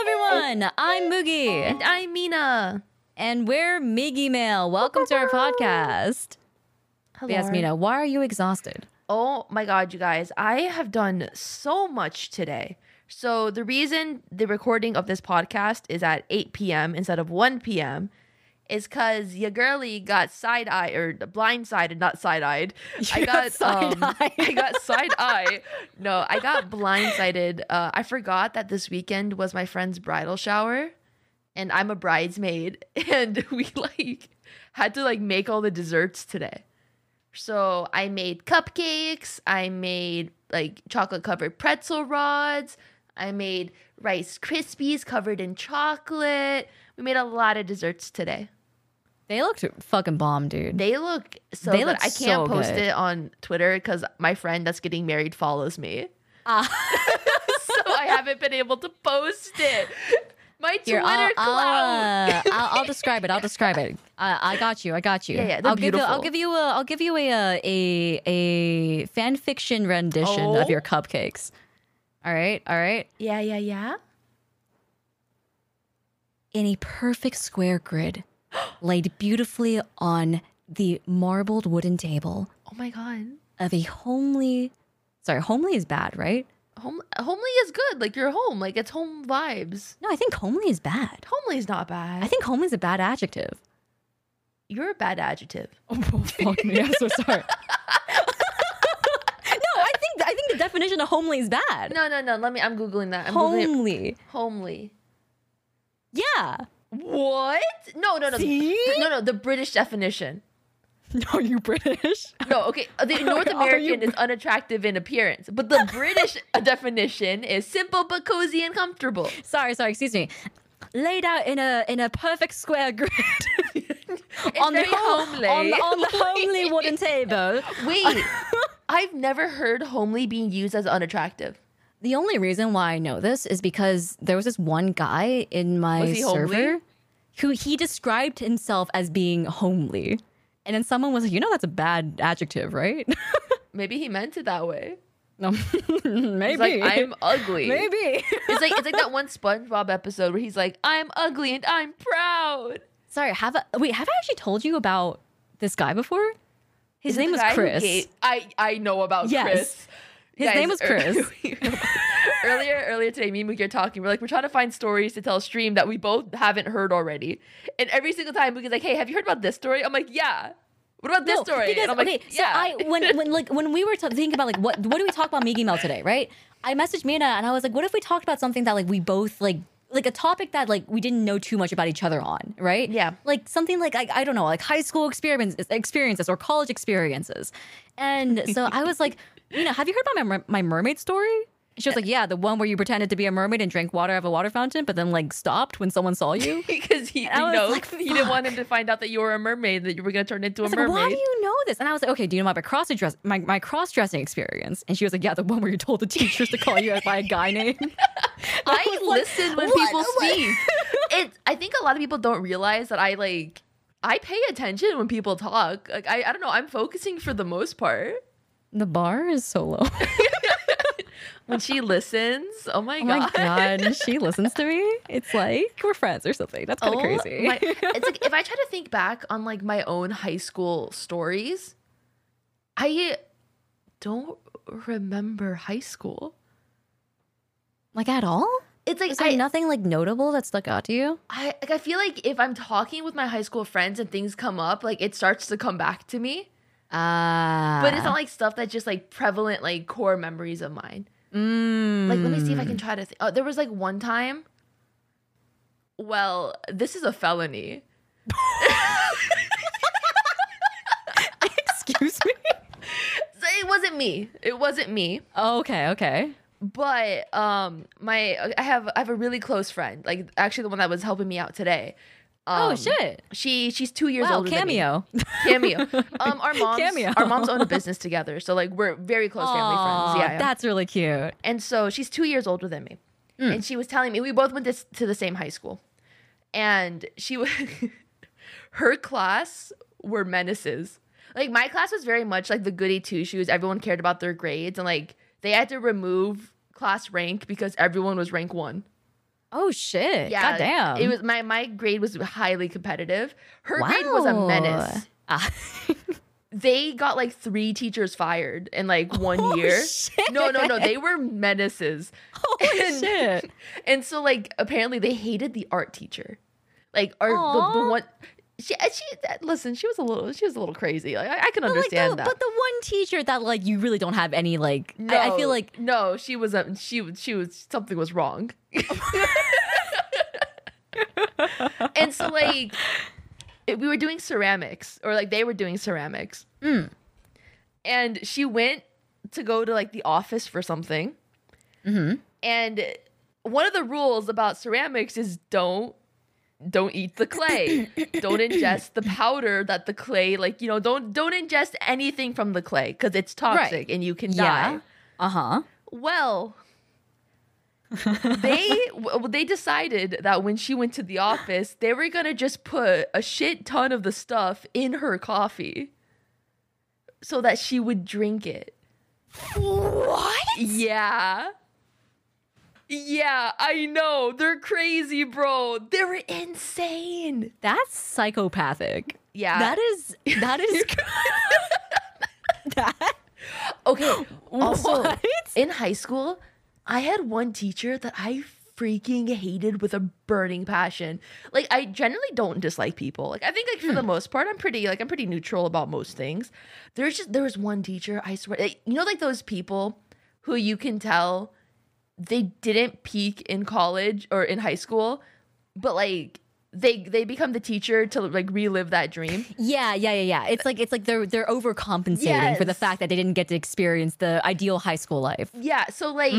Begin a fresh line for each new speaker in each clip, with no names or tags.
everyone. I'm Moogie.
And I'm Mina.
And we're Miggy Mail. Welcome to our podcast.
Hello.
Yes, Mina, why are you exhausted?
Oh my god, you guys. I have done so much today. So the reason the recording of this podcast is at 8 p.m. instead of 1 p.m. is cause your girly got side eye or blindsided, not side eyed. I
You
got,
got side-eyed.
Um, I got side eye. No, I got blindsided. Uh, I forgot that this weekend was my friend's bridal shower, and I'm a bridesmaid, and we like had to like make all the desserts today. So I made cupcakes. I made like chocolate covered pretzel rods. I made Rice Krispies covered in chocolate. We made a lot of desserts today.
They looked fucking bomb, dude.
They look so
They
good.
look
I
so
can't post
good.
it on Twitter because my friend that's getting married follows me. Uh, so I haven't been able to post it. My Twitter
Here, I'll,
cloud.
I'll, uh, I'll, I'll describe it. I'll describe it. I, I got you. I got you.
Yeah, yeah, they're
I'll give you. I'll
beautiful.
give you a. I'll give you a uh, a a fan fiction rendition of
Oh.
your cupcakes. All right. All right.
Yeah, yeah, yeah.
in a perfect square grid, laid beautifully on the marbled wooden table
Oh my god.
of a homely. Sorry, homely is bad, right?
Home- homely is good. Like you're home. Like it's home vibes.
No, I think homely is bad.
Homely is not bad.
I think homely is a bad adjective.
You're a bad adjective.
Oh, fuck me! I'm so sorry. no, I think I think the definition of homely is bad.
No, no, no. Let me. I'm googling that. I'm googling it.
homely,
homely.
yeah.
What? No, no, no. the-
See?
no, no. The British definition.
Are you British?
No, okay. uh, The North
Are you
American is unattractive in appearance, but the British definition is simple but cozy and comfortable.
Sorry, sorry. Excuse me. Laid out in a in a perfect square grid
It's
on the,
very
home-
homely.
on, on the homely wooden table.
Wait, I've never heard homely being used as unattractive.
The only reason why I know this is because there was this one guy in my
Was he homely?
server who he described himself as being homely. And then someone was like, you know, that's a bad adjective, right?
Maybe he meant it that way.
No. Maybe.
He's like, I'm ugly.
Maybe.
It's like it's like that one SpongeBob episode where he's like, I'm ugly and I'm proud.
Sorry, have I, wait, have I actually told you about this guy before? His
Is it
name
the
was
guy who
Chris.
gave- I I know about
Yes.
Chris.
His name was Chris.
earlier, earlier today, me and Mookie are talking. We're like, we're trying to find stories to tell a stream that we both haven't heard already. And every single time, Mookie's like, "Hey, have you heard about this story?" I'm like, "Yeah." What about this
No,
story?
Because,
and I'm like,
okay, so I when when like when we were t- thinking about like what what do we talk about Miggy Mel today, right? I messaged Mina and I was like, what if we talked about something that like we both like like a topic that like we didn't know too much about each other on, right?
Yeah.
Like something like I, I don't know, like high school experiences experiences or college experiences. And so I was like, Mina, have you heard about my mer- my mermaid story? And She was like, yeah, the one where you pretended to be a mermaid and drank water out of a water fountain, but then like stopped when someone saw you.
because he, you
I was
know,
like,
he didn't want him to find out that you were a mermaid, that you were gonna turn into a
I was
mermaid.
like, why do you know this? And I was like, okay, do you know my cross dress my, my cross dressing experience? And she was like, yeah, the one where you told the teachers to call you as by a guy name.
I,
was like,
listen when
what?
people
What?
speak. it. I think a lot of people don't realize that I like. I pay attention when people talk. Like I, I don't know. I'm focusing for the most part.
The bar is so low.
When she listens, oh my
Oh
god.
my god, she listens to me. It's like we're friends or something. That's kind of crazy.
Oh my- it's like if I try to think back on like my own high school stories, I don't remember high school.
like at all?
It's like
Is there
I,
nothing like notable that stuck out to you?
I like I feel like if I'm talking with my high school friends and things come up, like it starts to come back to me.
Ah,
But it's not like stuff that's just like prevalent, like core memories of mine.
mm,
Like, let me see if I can try to. Th- oh, there was like one time. Well, this is a felony.
Excuse me.
So It wasn't me. It wasn't me.
okay, okay.
But um, my I have I have a really close friend. Like actually, the one that was helping me out today.
oh
Um,
shit!
She she's two years
Wow,
older than me.
cameo.
Cameo. Um, our moms
Cameo.
our moms own a business together, so like we're very close
Aw,
family friends. Yeah, yeah.
that's really cute.
And so she's two years older than me.
Hmm.
And she was telling me, we both went to, s- to the same high school. And she, wa- her class were menaces. Like my class was very much like the goody two shoes. Everyone cared about their grades. And like they had to remove class rank because everyone was rank one.
Oh shit.
Yeah,
God damn.
It was my my grade was highly competitive. Her grade was a menace.
Ah.
They got like three teachers fired in like one
Oh,
year.
shit.
No, no, no. They were menaces.
Holy
And-
shit.
Oh, And so like apparently they hated the art teacher. Like art the, the
Aw.
one she and she that- listen, she was a little she was a little crazy. Like I, I can
But like,
understand
the,
that.
but the one teacher that like you really don't have any like
no,
I, I feel like
no, she was a she was she was something was wrong. and so like it- we were doing ceramics or like they were doing ceramics.
Mm.
And she went to go to like the office for something.
Mhm.
And one of the rules about ceramics is don't don't eat the clay. don't ingest the powder that the clay like, you know, don't don't ingest anything from the clay cuz it's toxic and you can
Yeah.
die.
uh-huh.
Well, they w- they decided that when she went to the office, they were gonna just put a shit ton of the stuff in her coffee, so that she would drink it.
What?
Yeah. Yeah, I know. They're crazy, bro. They're insane.
That's psychopathic.
Yeah.
That is that is that
okay. Also,
What?
in high school, I had one teacher that I freaking hated with a burning passion. Like I generally don't dislike people. Like I think like for the most part I'm pretty like I'm pretty neutral about most things. There's just there was one teacher, I swear. like, you know like those people who you can tell they didn't peak in college or in high school, but like they they become the teacher to like relive that dream.
Yeah, yeah, yeah, yeah. It's like it's like they're they're overcompensating for the
Yes.
fact that they didn't get to experience the ideal high school life.
Yeah, so like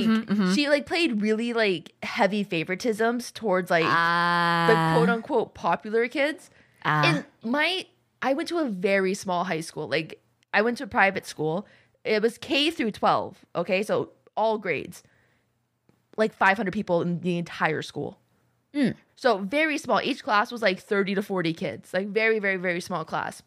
she like played really like heavy favoritisms towards like
Ah,
the quote unquote popular kids.
ah.
And my I went to a very small high school. Like I went to a private school. It was K through 12, okay? So all grades. Like 500 people in the entire school.
Mm.
So very small. Each class was like 30 to 40 kids. Like very very very small class.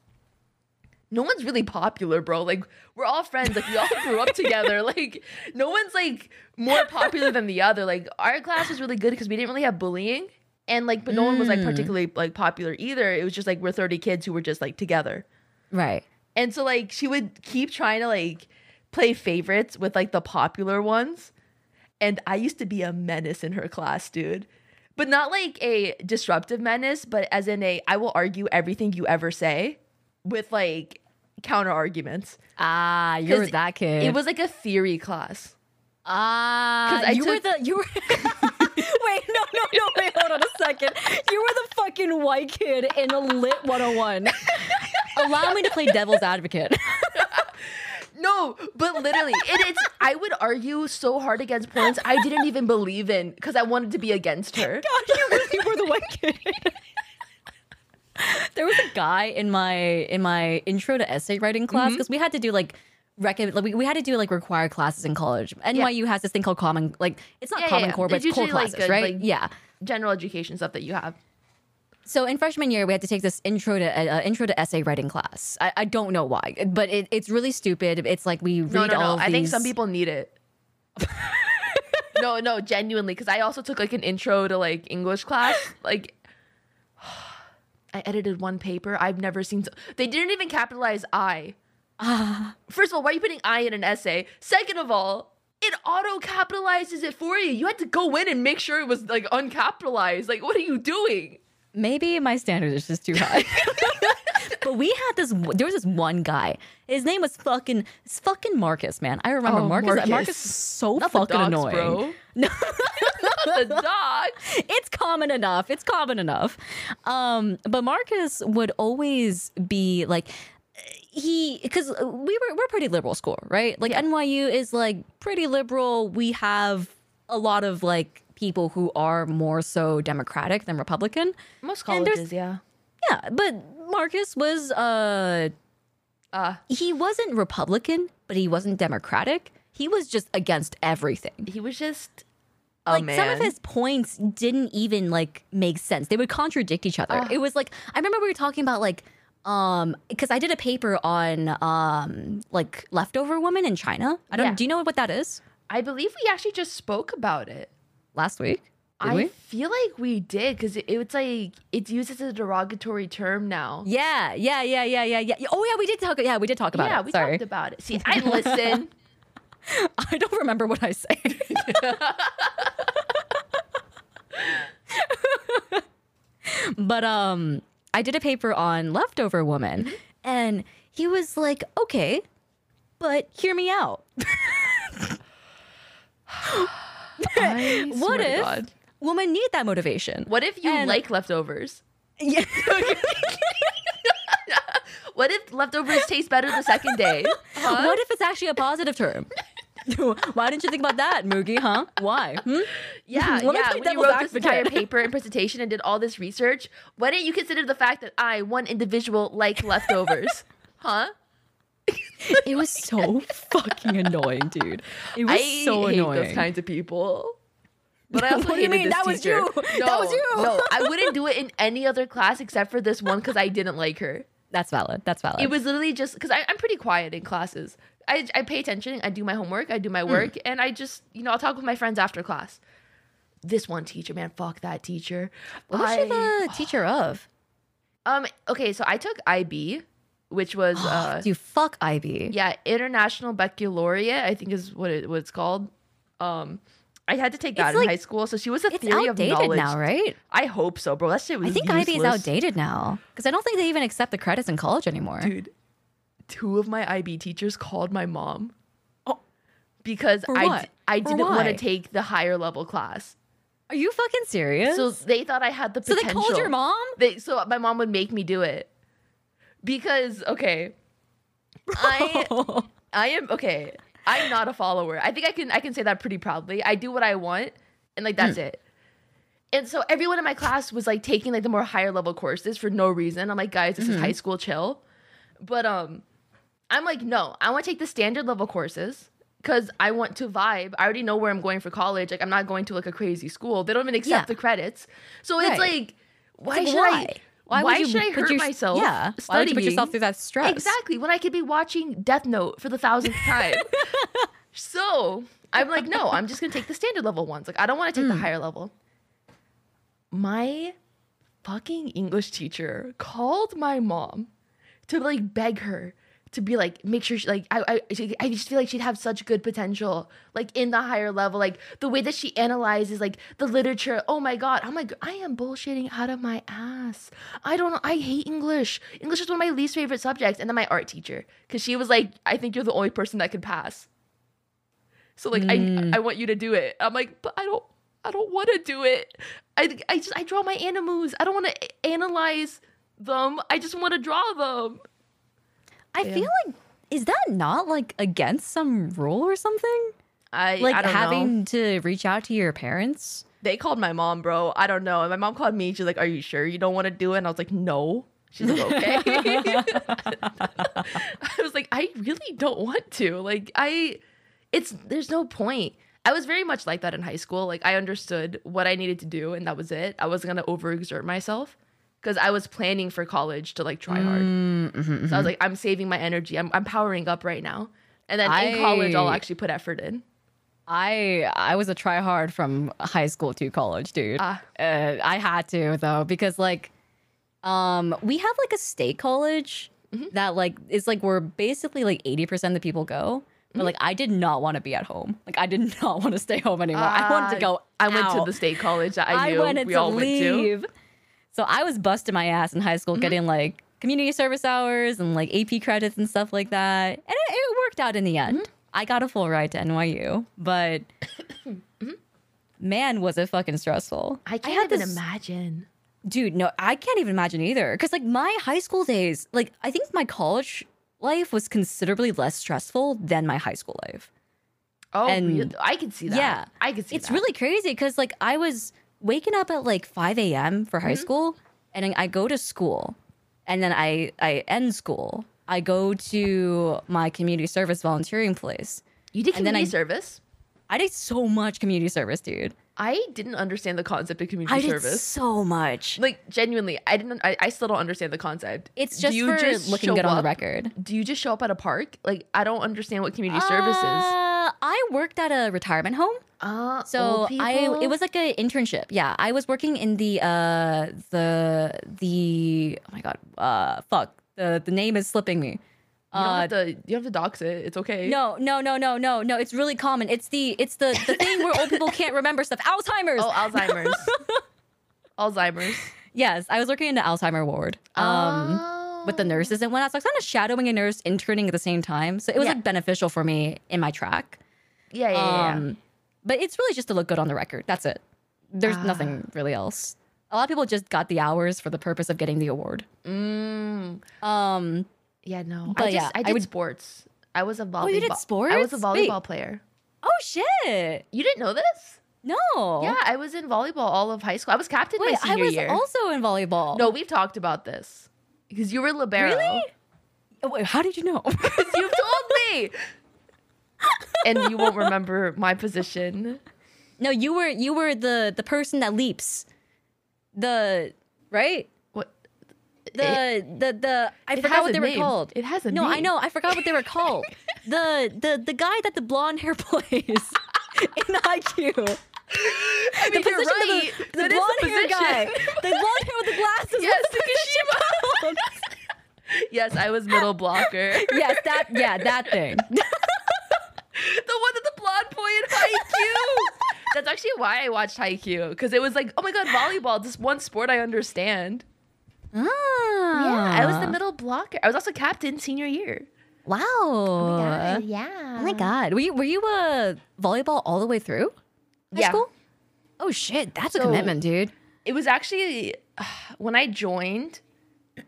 No one's really popular, bro. Like we're all friends. Like we all grew up together. Like no one's like more popular than the other. Like our class was really good because we didn't really have bullying, and like but no one was like particularly like popular either. It was just like we're thirty kids who were just like together.
right.
And so like she would keep trying to like play favorites with like the popular ones. And I used to be a menace in her class, dude. But not like a disruptive menace, but as in a I will argue everything you ever say with like counter arguments.
Ah, you were
'Cause
that kid.
It was like a theory class.
ah,
'Cause I
you
took-
were the you were. wait, no, no, no. Wait, hold on a second. You were the fucking white kid in a lit 101. Allow me to play devil's advocate.
No, but literally, it is. I would argue so hard against points I didn't even believe in because I wanted to be against her.
Oh, you really were the white kid. there was a guy in my in my intro to essay writing class because we had to do like recommend like, we, we had to do like required classes in college. NYU has this thing called common like it's not
Yeah, yeah,
common
yeah.
core but
It's
it's, core
usually, like,
classes,
good,
right?
like-
yeah.
General education stuff that you have.
So in freshman year, we had to take this intro to uh, intro to essay writing class. I, I don't know why, but it, it's really stupid. It's like we read
No, no,
all.
no.
Of
I think some
these-
people need it. no, no, genuinely, because I also took like an intro to like English class. Like, I edited one paper. I've never seen. So- they didn't even capitalize I.
Ah.
First of all, why are you putting I in an essay? Second of all, it auto capitalizes it for you. You had to go in and make sure it was like uncapitalized. Like, what are you doing?
Maybe my standard is just too high. but we had this. There was this one guy. His name was fucking it's fucking Marcus. Man, I remember
Oh,
Marcus.
Marcus.
Marcus. is so
Not
fucking
the dogs,
annoying.
bro. Not the dogs.
It's common enough. It's common enough. Um, but Marcus would always be like. He, because we were we're pretty liberal school, right? Like NYU is like pretty liberal. We have a lot of like people who are more so Democratic than Republican.
Most
And there's-
colleges, yeah.
Yeah, but Marcus was uh
Uh,
he wasn't Republican, but he wasn't Democratic. He was just against everything.
he was just a
like
Oh, man.
some of his points didn't even like make sense. They would contradict each other. It was like I remember we were talking about like um because I did a paper on um like leftover woman in China. I don't
Yeah.
do you know what that is?
I believe we actually just spoke about it.
Last week. Did
I
we?
feel like we did because it, it's like it's used as a derogatory term now.
Yeah, yeah, yeah, yeah, yeah, yeah. Oh yeah, we did talk. Yeah, we did talk about
yeah,
it.
we
Sorry,
talked about it. See, I listen.
I don't remember what I say. but um, I did a paper on leftover woman, and he was like, "Okay, but hear me out.
I swear
What
to
if
God.
women need that motivation?
What if you
And-
like leftovers?
Yeah,
What if leftovers taste better the second day? Huh?
what if it's actually a positive term? Why didn't you think about that, Moogie? Huh? Why? Hmm?
Yeah,
Let me play
yeah. When you
devil's
wrote this
advocate.
entire paper and presentation and did all this research, why didn't you consider the fact that I, one individual, like leftovers? huh?
It was so fucking annoying, dude. It was
I
so
hate
annoying.
those kinds of people. But I also
What do you mean?
hated this
That was
teacher.
you. That was you.
No, I wouldn't do it in any other class except for this one because I didn't like her.
That's valid. That's valid.
It was literally just because I'm pretty quiet in classes. I, I pay attention. I do my homework. I do
Hmm.
my work, and I just you know I'll talk with my friends after class. This one teacher, man, fuck that teacher.
what was she
I-
the teacher of?
Um. Okay. So I took IB, which was uh,
you fuck Ivy.
yeah, International Baccalaureate. I think is what it what it's called. Um, I had to take that
It's
in
like-
high school. So she was a
It's
theory of
outdated
knowledge.
now, right?
I hope so, bro. That shit was.
I think
useless.
Ivy is outdated now because I don't think they even accept the credits in college anymore.
dude. Two of my IB teachers called my mom.
Oh.
Because
For
I,
what?
d- I
For
didn't want
why?
to take the higher level class.
Are you fucking serious?
So
So,
they thought I had the
they
potential.
called your mom?
They, so my mom would make me do it. Because, okay. I I am okay. I'm not a follower. I think I can I can say that pretty proudly. I do what I want and like
Hmm.
that's it. And so everyone in my class was like taking like the more higher level courses for no reason. I'm like, guys, this is
Hmm.
high school chill. But um I'm like, no, I want to take the standard level courses because I want to vibe. I already know where I'm going for college. Like I'm not going to like a crazy school. They don't even accept
Yeah.
the credits. So it's
Right.
like why
Like,
should I
Why,
why,
would you
should I
put
hurt
your-
myself?
Yeah.
Studying?
Why would you put yourself through that stress?
Exactly. When I could be watching Death Note for the thousandth time. so I'm like, no, I'm just gonna take the standard level ones. Like, I don't want to take the higher level. My fucking English teacher called my mom to like beg her to be like make sure she, like I, I she- I just feel like she'd have such good potential like in the higher level like the way that she analyzes like the literature oh my god I'm like I am bullshitting out of my ass I don't know I hate English English is one of my least favorite subjects and then my art teacher because she was like I think you're the only person that could pass so like I I want you to do it I'm like but I don't I don't want to do it I I just I draw my animus I don't want to analyze them I just want to draw them
I
Yeah.
feel like, is that not like against some rule or something?
I
Like
I don't know.
having to reach out to your parents?
They called my mom, bro. I don't know. And my mom called me. She's like, "Are you sure you don't want to do it?" And I was like, "No." She's like, "Okay." I was like, "I really don't want to." Like, I, it's there's no point. I was very much like that in high school. Like, I understood what I needed to do, and that was it. I wasn't gonna overexert myself because I was planning for college to like try hard.
Mm, mm-hmm,
So I was like, "I'm saving my energy. I'm I'm powering up right now." And then in college, I'll
I-
actually put effort in.
I I was a try hard from high school to college, dude.
Ah.
Uh, I had to though because like, um, we have like a state college
Mm-hmm.
that like is like where basically like eighty percent of the people go.
Mm-hmm.
But like, I did not want to be at home. Like, I did not want to stay home anymore. I wanted to
Ah,
go.
I went
out.
to the state college that I
I
knew
wanted
we
to
all went Mm-hmm. to.
leave. So I was busting my ass in high school, getting like community service hours and like AP credits and stuff like that. And it, it worked out in the end.
Mm-hmm.
I got a full ride to NYU, but man, was it fucking stressful.
Mm-hmm. I can't
had
even
this-
imagine.
Dude, no, I can't even imagine either. Cause like my high school days, like I think my college life was considerably less stressful than my high school life.
Oh,
And-
really? I could see that.
yeah.
I could see
it's
that.
really crazy because like I was waking up at like 5 a.m. for
Mm-hmm.
high school, and then I go to school, and then I I end school. I go to my community service volunteering place.
you did
and then
community
I-
service.
I did so much community service, dude.
I didn't understand the concept of community
I did
service.
so much.
like genuinely, I didn't. I, I still don't understand the concept.
It's
Do
just
you
for
just
looking
show
good on the
up-
record.
Do you just show up at a park? Like I don't understand what community service is.
Uh, I worked at a retirement home.
Uh,
So
old
I it
people?
was like an internship. Yeah, I was working in the uh the the oh my god uh fuck the the name is slipping me.
You don't
Uh,
have to. You don't have to dox it. It's okay.
no no no no no no it's really common. It's the it's the the thing where old people can't remember stuff. Alzheimer's.
Oh, Alzheimer's. Alzheimer's.
Yes, I was working in the Alzheimer ward. Um. with the
Oh.
nurses and whatnot. So I was kind of shadowing a nurse, interning at the same time. So it was
Yeah.
like beneficial for me in my track.
Yeah, yeah, yeah, yeah.
Um, but it's really just to look good on the record. That's it. There's
Ah.
nothing really else. A lot of people just got the hours for the purpose of getting the award.
Mm.
Um,
Yeah, no. I
But
just
yeah, I
I did
would- Oh,
sports. I was a volleyball.
you did
I was a
sports? Wait.
volleyball player.
oh shit!
You didn't know this?
No.
Yeah, I was in volleyball all of high school. I was captain
Oh. Wait,
my
I
senior
was
year.
also in volleyball.
no, we've talked about this because you were libero.
Really? Oh, Wait, how did you know?
You've told me. and you won't remember my position.
no, you were you were the the person that leaps. The right?
What?
the the the I
it
forgot
has
what
a
they
name.
were called.
It has a
no, I
name.
know. I forgot what they were called. the the the guy that the blonde hair plays in IQ.
I mean,
the
you're
position of the-
right.
the,
That is
blonde hair guy,
position.
the blonde hair with the glasses.
Yes,
What's the position called?
yes, I was middle blocker.
yes, that yeah, that thing.
the one that the blonde boy in Haikyuu. That's actually why I watched Haikyuu because it was like, oh my god, volleyball, just one sport I understand.
Ah,
I was the middle blocker. I was also captain senior year.
Wow.
yeah.
Oh my god. Were you were you uh, volleyball all the way through high
Yeah.
school? Oh shit, that's a
So-
commitment, dude.
It was actually when I joined.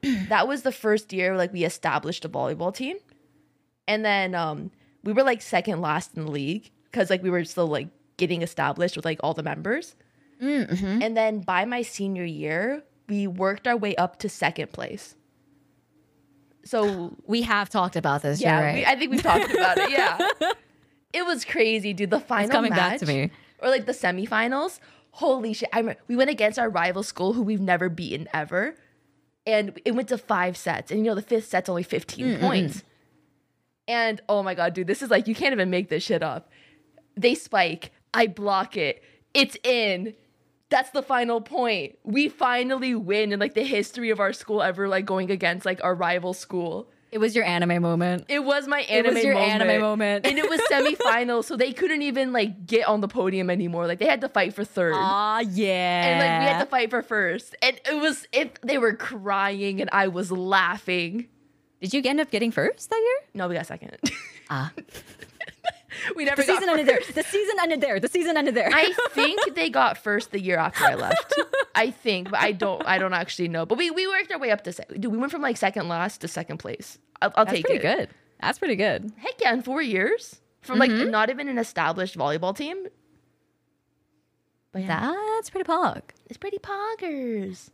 that was the first year like we established a volleyball team, and then um, we were like second last in the league because like we were still like getting established with like all the members.
Mm-hmm.
And then by my senior year, we worked our way up to second place. So
We have talked about this.
yeah,
you're right.
we, I think we talked about it. Yeah, it was crazy, dude. The final
it's coming
match,
back to me.
or like the semifinals. Holy shit! I remember, we went against our rival school, who we've never beaten ever, and it went to five sets. And you know, the fifth set's only 15 points. And oh my god, dude, this is like you can't even make this shit up. They spike, I block it, it's in. That's the final point. We finally win in like the history of our school ever, like going against like our rival school.
It was your anime moment.
It was my anime
was your
moment.
anime moment.
and it was semifinal, so they couldn't even like get on the podium anymore. Like they had to fight for third.
Ah, yeah.
and like we had to fight for first. And it was if they were crying and I was laughing.
Did you end up getting first that year?
No, we got second.
Ah,
we never
the
got
season ended there. The season ended there. The season ended there.
I think they got first the year after I left. I think, but I don't. I don't actually know. But we we worked our way up to second. Dude, we went from like second last to second place. I'll, I'll
That's
take
pretty
it.
good. That's pretty good.
Heck yeah, in four years from
Mm-hmm.
like not even an established volleyball team. But yeah,
That's pretty pog.
it's pretty poggers.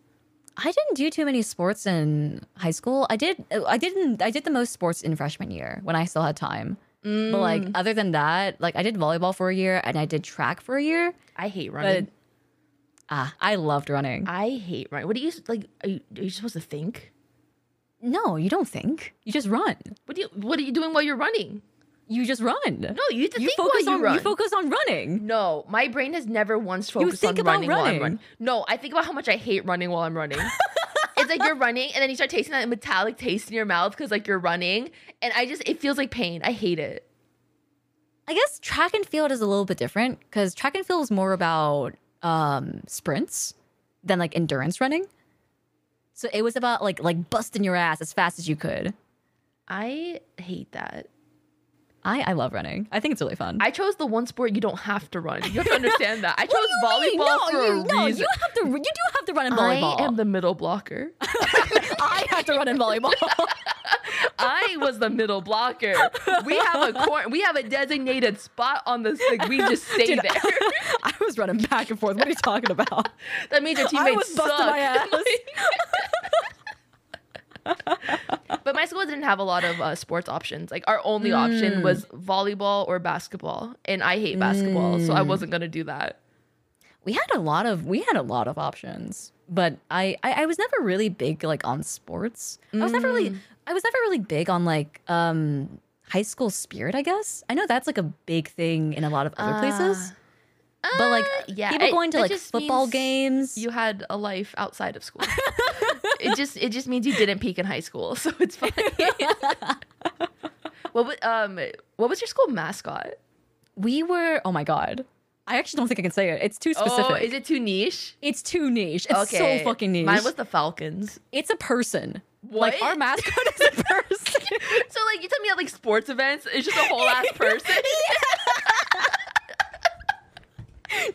I didn't do too many sports in high school. I did. I didn't. I did the most sports in freshman year when I still had time. But like other than that, like I did volleyball for a year and I did track for a year.
I hate
But
running.
ah, I loved running.
I hate running. What do you like? Are you, are you supposed to think?
no, you don't think. You just run.
What do you What are you doing while you're running?
You just run. No,
No, you have to
you
think
focus
while you
on
run.
you focus on running.
No, my brain has never once focused
think
on
about
running, while I'm
running.
running. No, I think about how much I hate running while I'm running. it's like you're running and then you start tasting that metallic taste in your mouth because like you're running, and I just it feels like pain. I hate it.
I guess track and field is a little bit different because track and field is more about um, sprints than like endurance running. So it was about like like busting your ass as fast as you could.
I hate that.
I I love running. I think it's really fun.
I chose the one sport you don't have to run. You have to understand that. I chose
What do you mean?
volleyball
no,
for
you,
a
no,
reason.
you have to. You do have to run in volleyball.
I am the middle blocker.
I have to run in volleyball.
I was the middle blocker. We have a cor- we have a designated spot on this. Like we just stay
Dude,
there.
I was running back and forth. What are you talking about?
That means your
I
teammates
was
suck.
busting my ass.
But my school didn't have a lot of uh, sports options. Like our only
Mm.
option was volleyball or basketball, and I hate basketball, so
Mm.
I wasn't gonna do that.
we had a lot of we had a lot of options but i i, I was never
Mm.
really big like on sports i was never really i was never really big on like um high school spirit, I guess. I know that's like a big thing in a lot of other places.
Ah,
But like
ah, yeah,
people
it-
going to
that
like
just
football
means
games.
You had a life outside of school. it just it just means you didn't peak in high school, so it's fine. what was um what was your school mascot?
we were oh my god. I actually don't think I can say it. It's too specific.
Oh, is it too niche?
it's too niche. It's so fucking niche.
Mine was the Falcons.
it's a person. Like
What?
our mascot is a person.
So like you tell me at like sports events, it's just a whole ass person.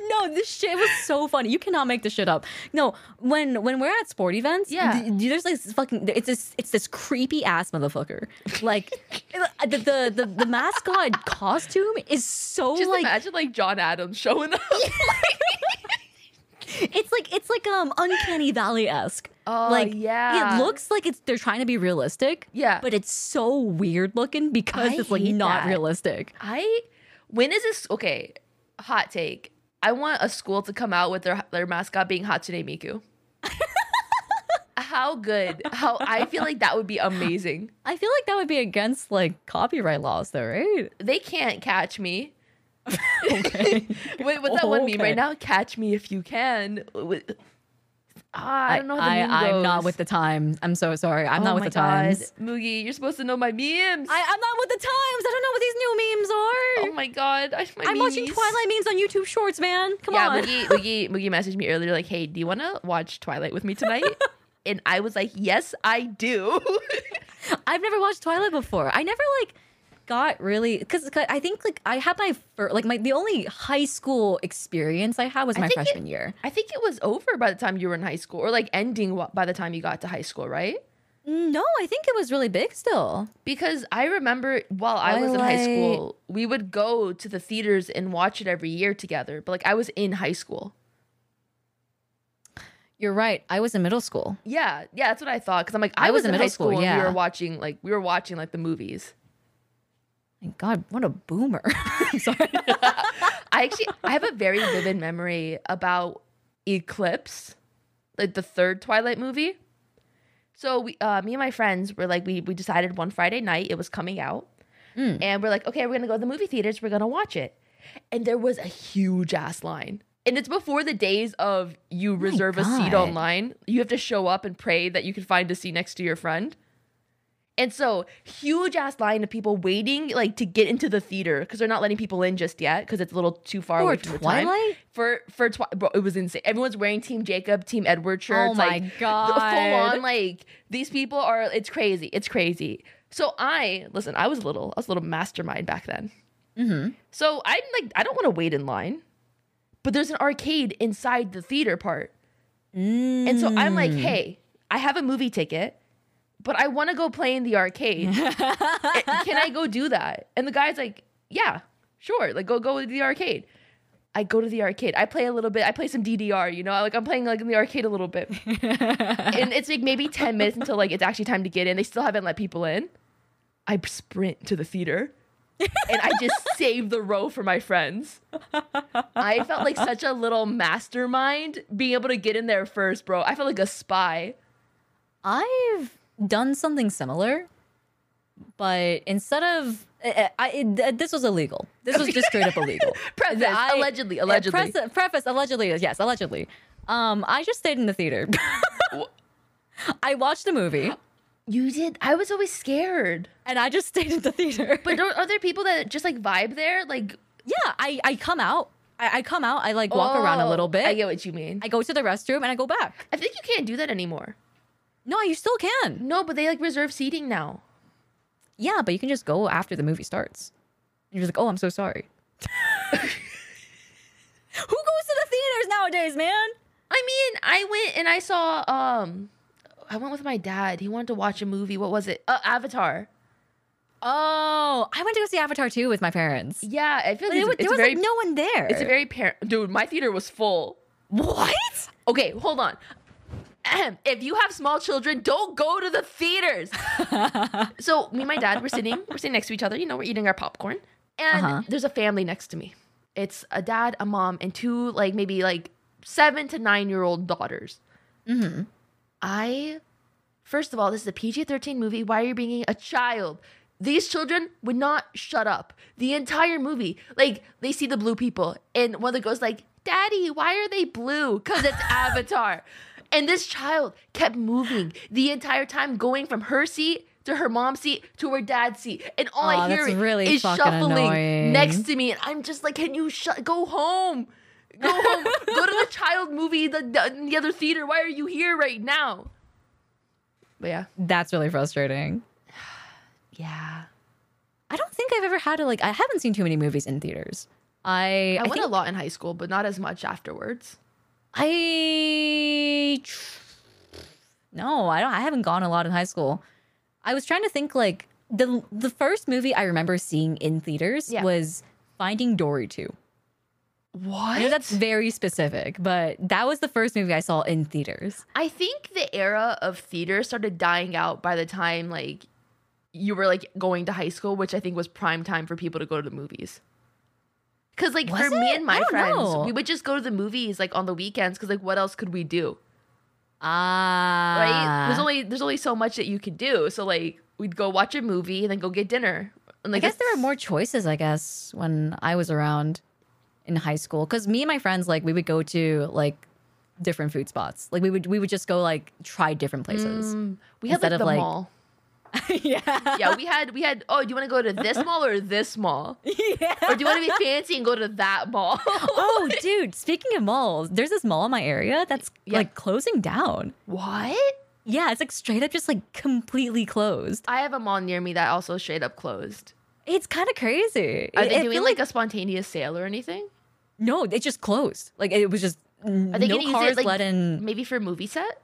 no, this shit was so funny. You cannot make this shit up. No, when when we're at sport events,
Yeah.
d- d- there's like this fucking it's this it's this creepy ass motherfucker. Like uh, the, the the the mascot costume is so
Just
like
imagine like John Adams showing up.
it's like it's like um uncanny valley esque.
Oh,
like
yeah.
it looks like it's they're trying to be realistic.
Yeah.
but it's so weird looking because
I
it's like
hate
not
that.
realistic.
I when is this okay? Hot take. I want a school to come out with their their mascot being Hatsune Miku. how good? How I feel like that would be amazing.
I feel like that would be against like copyright laws, though, right?
They can't catch me.
Okay.
Wait, what's that one meme
Okay.
right now? Catch me if you can. Wi- Ah, I don't know. What the
I,
meme
I'm not
goes.
with the times. I'm so sorry. I'm
Oh
not with
my
the times.
God. Moogie, you're supposed to know my memes.
I, I'm not with the times. I don't know what these new memes
oh
are.
my god, I, my
I'm watching
memes.
Twilight memes on YouTube Shorts, man. Come
yeah, e
on.
Moogie, Moogie, Moogie messaged me earlier like, "Hey, do you want to watch Twilight with me tonight?" and I was like, "Yes, I do."
I've never watched Twilight before. I never like got really because I think like I had my first like my the only high school experience I had was
I
my
think it-
freshman year.
I think it was over by the time you were in high school, or like ending wa- by the time you got to high school, right?
No, I think it was really big still.
Because I remember while I was in high
Twilight.
school, we would go to the theaters and watch it every year together. But like, I was in high school.
You're right. I was in middle school.
Yeah, yeah, that's what I thought. Because I'm like,
I
I,
was
was,
in
in
middle
high school,
school,
and
yeah.
we were watching like we were watching like the movies.
My God, what a boomer! I'm sorry.
I actually I have a very vivid memory about Eclipse, like the third Twilight movie. So we, uh, me and my friends were like, we we decided one Friday night it was coming out, and we're like, okay, we're gonna go to the movie theaters, we're gonna watch it, and there was a huge ass line. And it's before the days of you reserve a
God.
seat online. You have to show up and pray that you can find a seat next to your friend. And so, huge ass line of people waiting like to get into the theater because they're not letting people in just yet because it's a little too far
For
away from the time.
Twilight?
For for Twi- bro, it was insane. Everyone's wearing Team Jacob, Team Edward shirts.
Oh my
like,
God.
full on like these people are. It's crazy. It's crazy. So I listen. I was little. I was a little mastermind back then.
Mm-hmm.
So I'm like, I don't want to wait in line, but there's an arcade inside the theater part. And so I'm
Mm.
like, hey, I have a movie ticket, but I want to go play in the arcade. Eh, Can I go do that? And the guy's like, yeah, sure. Like, go go to the arcade. I go to the arcade. I play a little bit. I play some DDR, you know? Like I'm playing like in the arcade a little bit. and it's like maybe 10 minutes until like it's actually time to get in. They still haven't let people in. I sprint to the theater and I just saved the row for my friends. I felt like such a little mastermind being able to get in there first, bro. I felt like a spy.
I've done something similar, but instead of I, I, it- this was illegal. This was just straight up illegal.
Preface,
I-
allegedly,
yeah,
allegedly.
pres- preface, allegedly, yes, allegedly. Um, I just stayed in the theater. I watched the movie
you did. I was always scared.
and I just stayed in the theater.
But don't, are there people that just like vibe there? Like
yeah, I, I come out. I, I come out. I like walk around a
oh,
little bit.
I
I,
get what you mean. I,
go to the restroom and I go back.
think you can't do that anymore.
No, you still can.
No, but they like reserve seating now.
Yeah, but you can just go after the movie starts. And you're just like, oh, I'm so sorry. Who goes to the theaters nowadays, man?
I mean, I went and I saw. um I went with my dad. He wanted to watch a movie. What was it? Uh, Avatar.
Oh, I went to go see Avatar 2 with my parents.
Yeah, I feel
But
like
it,
it's,
was- there
it's
was
very
like no one there.
It's a very parent. Dude, my theater was full.
what?
Okay, hold on. Ahem. If you have small children, don't go to the theaters. so me and my dad, we're sitting, we're sitting next to each other. You know, we're eating our popcorn, and
Uh-huh.
there's a family next to me. It's a dad, a mom, and two like maybe like seven to nine year old daughters. I, first of all, this is a PG thirteen movie. Why are you bringing a child These children would not shut up the entire movie. Like they see the blue people, and one of the girls like, "Daddy, why are they blue? Cause it's Avatar." And this child kept moving the entire time, going from her seat to her mom's seat to her dad's seat, and all
Aw,
I hear
that's really
is
fucking
shuffling
annoying.
next to me, and I'm just like, "Can you shut? Go home." Go home. Go to the child movie, the, the the other theater. Why are you here right now? But yeah,
That's really frustrating.
yeah.
I don't think I've ever had a like. I haven't seen too many movies in theaters. I
I,
I
went
think
a lot in high school, but not as much afterwards.
I no, I don't. I haven't gone a lot in high school. I was trying to think like the the first movie I remember seeing in theaters
Yeah.
was Finding Dory two.
What?
I know that's very specific, but that was the first movie I saw in theaters.
I think the era of theater started dying out by the time like you were like going to high school, which I think was prime time for people to go to the movies. Cause like
Was
for me
it?
and
I
my
don't
friends,
know.
we would just go to the movies like on the weekends because like what else could we do?
Ah,
Right? there's only there's only so much that you could do. So like we'd go watch a movie and then go get dinner. And
I
like
guess there were
that's-
more choices, I guess, when I was around in high school. Cause me and my friends, like, we would go to like different food spots. Like we would we would just go like try different places.
Mm, we had
instead
like
of,
the
like-
mall.
yeah.
Yeah, we had we had oh, do you want to go to this mall or this mall?
yeah.
Or do you want to be fancy and go to that mall?
Oh, dude, speaking of malls, there's this mall in my area that's
Yeah.
like closing down.
what?
Yeah, it's like straight up just like completely closed.
I have a mall near me that also straight up closed.
It's kind of crazy.
Are
I-
they
I
doing
feel
like, a spontaneous sale or anything?
no, it just closed. Like it was just
Are they
no
gonna
cars
use it like
let in.
maybe for a movie set?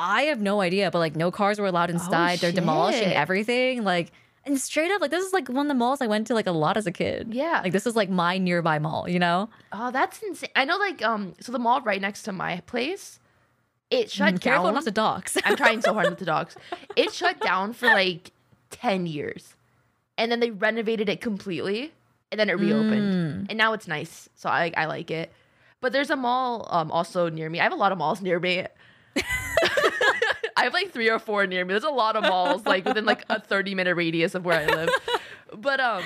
I have no idea, but like no cars were allowed inside. They're demolishing
Oh, shit.
everything. Like and straight up, like this is like one of the malls I went to like a lot as a kid.
Yeah.
Like this is like my nearby mall, you know?
oh, that's insane. I know, like, um, so the mall right next to my place, it shut
Mm, Careful
down.
not to dogs.
I'm trying so hard with the dogs. It shut down for like ten years, and then they renovated it completely, and then it reopened, and now it's nice. So I I like it. But there's a mall um also near me. I have a lot of malls near me. I have like three or four near me. There's a lot of malls like within like a 30 minute radius of where I live. But um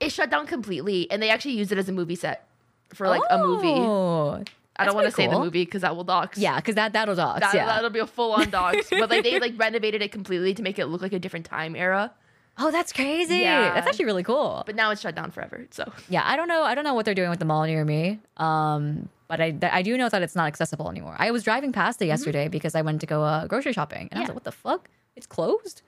it shut down completely and they actually used it as a movie set for like a movie.
movie.
I don't want to say the
Oh, cool.
movie because that will dox.
Yeah, because that that'll dogs.
That,
yeah.
That'll be a full on dogs. but like they like renovated it completely to make it look like a different time era.
Oh, that's crazy.
Yeah.
That's actually really cool.
But now it's shut down forever. So
yeah, I don't know. I don't know what they're doing with the mall near me. Um, but I, th- I do know that it's not accessible anymore. I was driving past it yesterday because I went to go uh, grocery shopping, and I was
Mm-hmm. Yeah.
like, "What the fuck? It's closed."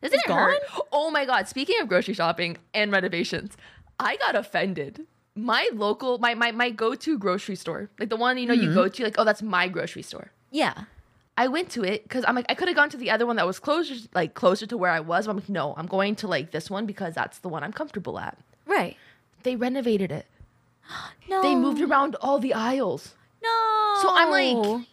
doesn't
It's
it hurt? Oh my god! Speaking of grocery shopping and renovations, I got offended. My local, my my my go to grocery store, like the one you know
Mm-hmm.
you go to, like oh that's my grocery store.
Yeah.
I went to it because I'm like I could have gone to the other one that was closer, like closer to where I was. But I'm like no, I'm going to like this one because that's the one I'm comfortable at.
Right.
They renovated it.
No.
They moved around all the aisles.
No.
So I'm like,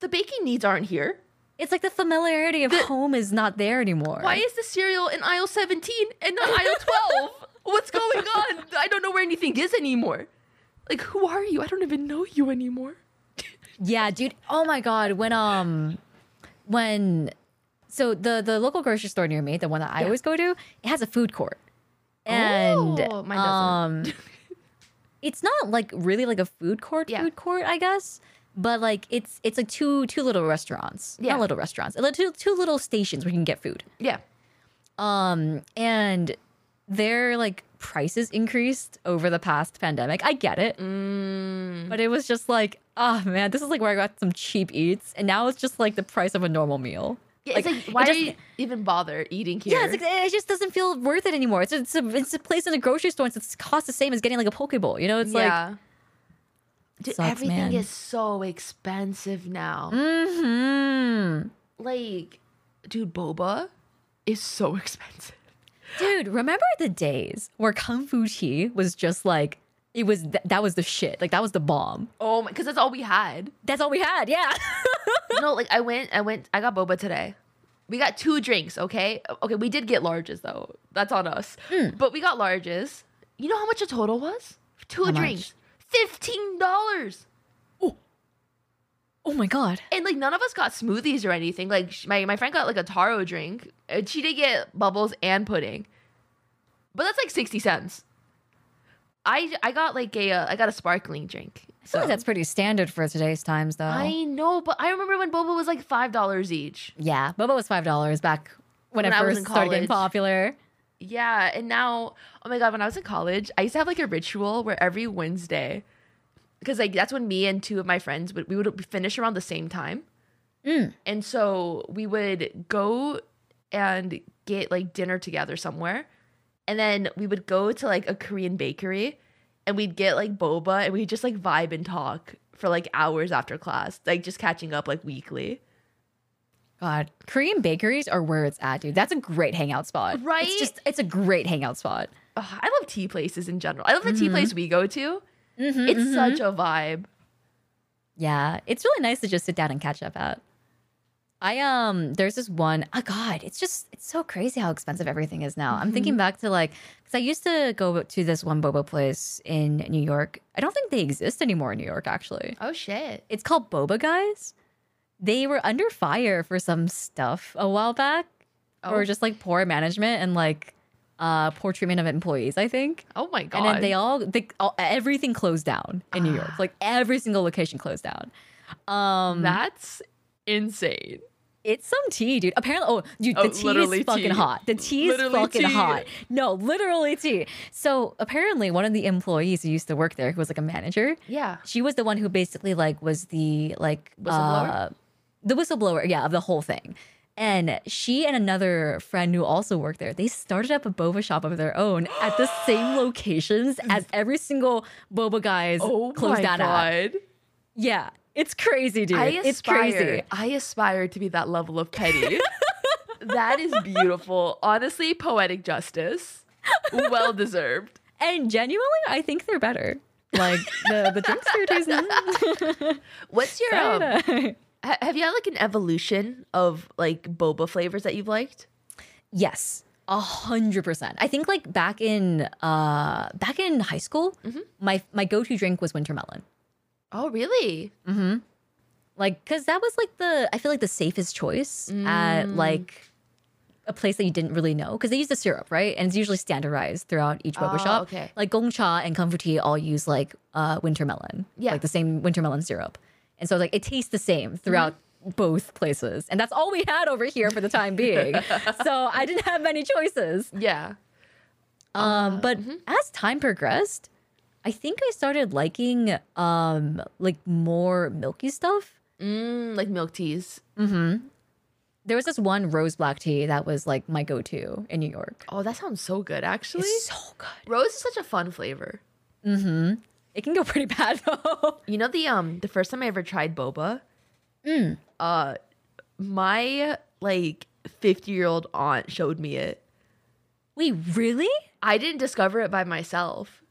The baking needs aren't here.
it's like the familiarity of home is not there anymore.
Why is the cereal in aisle 17 and not aisle 12? What's going on? I don't know where anything is anymore. Like, who are you? I don't even know you anymore.
Yeah, dude. Oh my god, when um when so the the local grocery store near me, the one that I always go to, it has a food court. And
Oh, mine
um it's not like really like a food court
Yeah.
food court, I guess. But like it's it's like two two little restaurants.
Yeah.
Not little restaurants. Like two two little stations where you can get food.
Yeah.
Um and their like prices increased over the past pandemic. I get it.
Mm.
But it was just like, oh man, this is like where I got some cheap eats, and now it's just like the price of a normal meal.
yeah it's like,
it
why
just-
do you even bother eating here?
Yeah, it's like, it just doesn't feel worth it anymore. It's it's a, it's a place in a grocery store. and It's cost the same as getting like a poke bowl. You know, it's like
yeah. Dude,
Sucks,
everything
man.
is so expensive now. Mm-hmm.
Mhm.
Like, dude, boba is so expensive.
Dude, remember the days where Kung Fu Tea was just like it was th- that was the shit. Like that was the bomb.
Oh my, because that's all we had.
That's all we had. Yeah.
no, like I went, I went, I got boba today. We got two drinks, okay? Okay, we did get larges though. That's on us. But we got larges. You know how much the total was? Two
How much?
drinks. Fifteen dollars.
Oh my god.
And like none of us got smoothies or anything. Like sh- my my friend got like a taro drink. And she did get bubbles and pudding, but that's like sixty cents. I I got like a uh, I got a sparkling drink.
I feel
So
like that's pretty standard for today's times, though.
I know, but I remember when boba was like five dollars each.
Yeah, boba was five dollars back when,
When
it
I was
first
in
started getting
college.
popular.
Yeah, and now, oh my god, when I was in college, I used to have like a ritual where every Wednesday, because like that's when me and two of my friends would we would finish around the same time, and so we would go and get like dinner together somewhere, and then we would go to like a Korean bakery, and we'd get like boba, and we'd just like vibe and talk for like hours after class, like just catching up like weekly.
God, Korean bakeries are where it's at, dude. That's a great hangout spot.
Right?
It's just it's a great hangout spot.
Ugh, I love tea places in general. I love the tea place we go to. it's such a vibe.
Yeah, it's really nice to just sit down and catch up at. I um, there's this one. Oh God, it's just it's so crazy how expensive everything is now.
Mm-hmm.
I'm thinking back to like because I used to go to this one boba place in New York. I don't think they exist anymore in New York. Actually,
Oh shit.
it's called Boba Guys. They were under fire for some stuff a while back, or
Oh.
just like poor management and like uh poor treatment of employees. I think.
Oh my god.
And then they all, they, all everything closed down in New York. Like every single location closed down. Um,
That's insane.
it's some tea, dude. Apparently, oh, dude,
Oh,
the tea
literally
is fucking
tea.
hot. The tea is
Literally
fucking
tea.
hot. No, literally tea. So apparently, one of the employees who used to work there, who was like a manager,
Yeah.
she was the one who basically like was the like
Whistleblower?
uh, the whistleblower, yeah, of the whole thing. And she and another friend who also worked there, they started up a boba shop of their own at the same locations as every single boba guy's
Oh
closed
my
down at.
god.
Yeah, it's crazy, dude.
I
it's
aspire.
crazy.
I aspire to be that level of petty. that is beautiful. Honestly, poetic justice. Well deserved.
And genuinely, I think they're better. Like the the drinks they're tasting.
What's your um, ha-
Sorry.
have you had like an evolution of like boba flavors that you've liked?
Yes, a hundred percent. I think like back in uh back in high school,
Mm-hmm.
my my go to drink was winter melon.
Oh really?
Like, cause that was like the I feel like the safest choice
Mm.
at like a place that you didn't really know because they use the syrup right, and it's usually standardized throughout each boba
Oh,
shop.
okay.
Like Gongcha and Comforty all use like uh winter melon,
Yeah. Mm-hmm.
like the same winter melon syrup, and so like it tastes the same throughout. Both places, and that's all we had over here for the time being. so I didn't have many choices.
Yeah. Uh,
Um, but
mm-hmm.
as time progressed, I think I started liking um like more milky stuff.
Mm, like milk teas.
There was this one rose black tea that was like my go-to in New York.
Oh, that sounds so good actually.
It's so good.
Rose is such a fun flavor.
It can go pretty bad though.
You know the um the first time I ever tried boba,
Mm.
uh, my like fifty year old aunt showed me it.
Wait, really?
I didn't discover it by myself,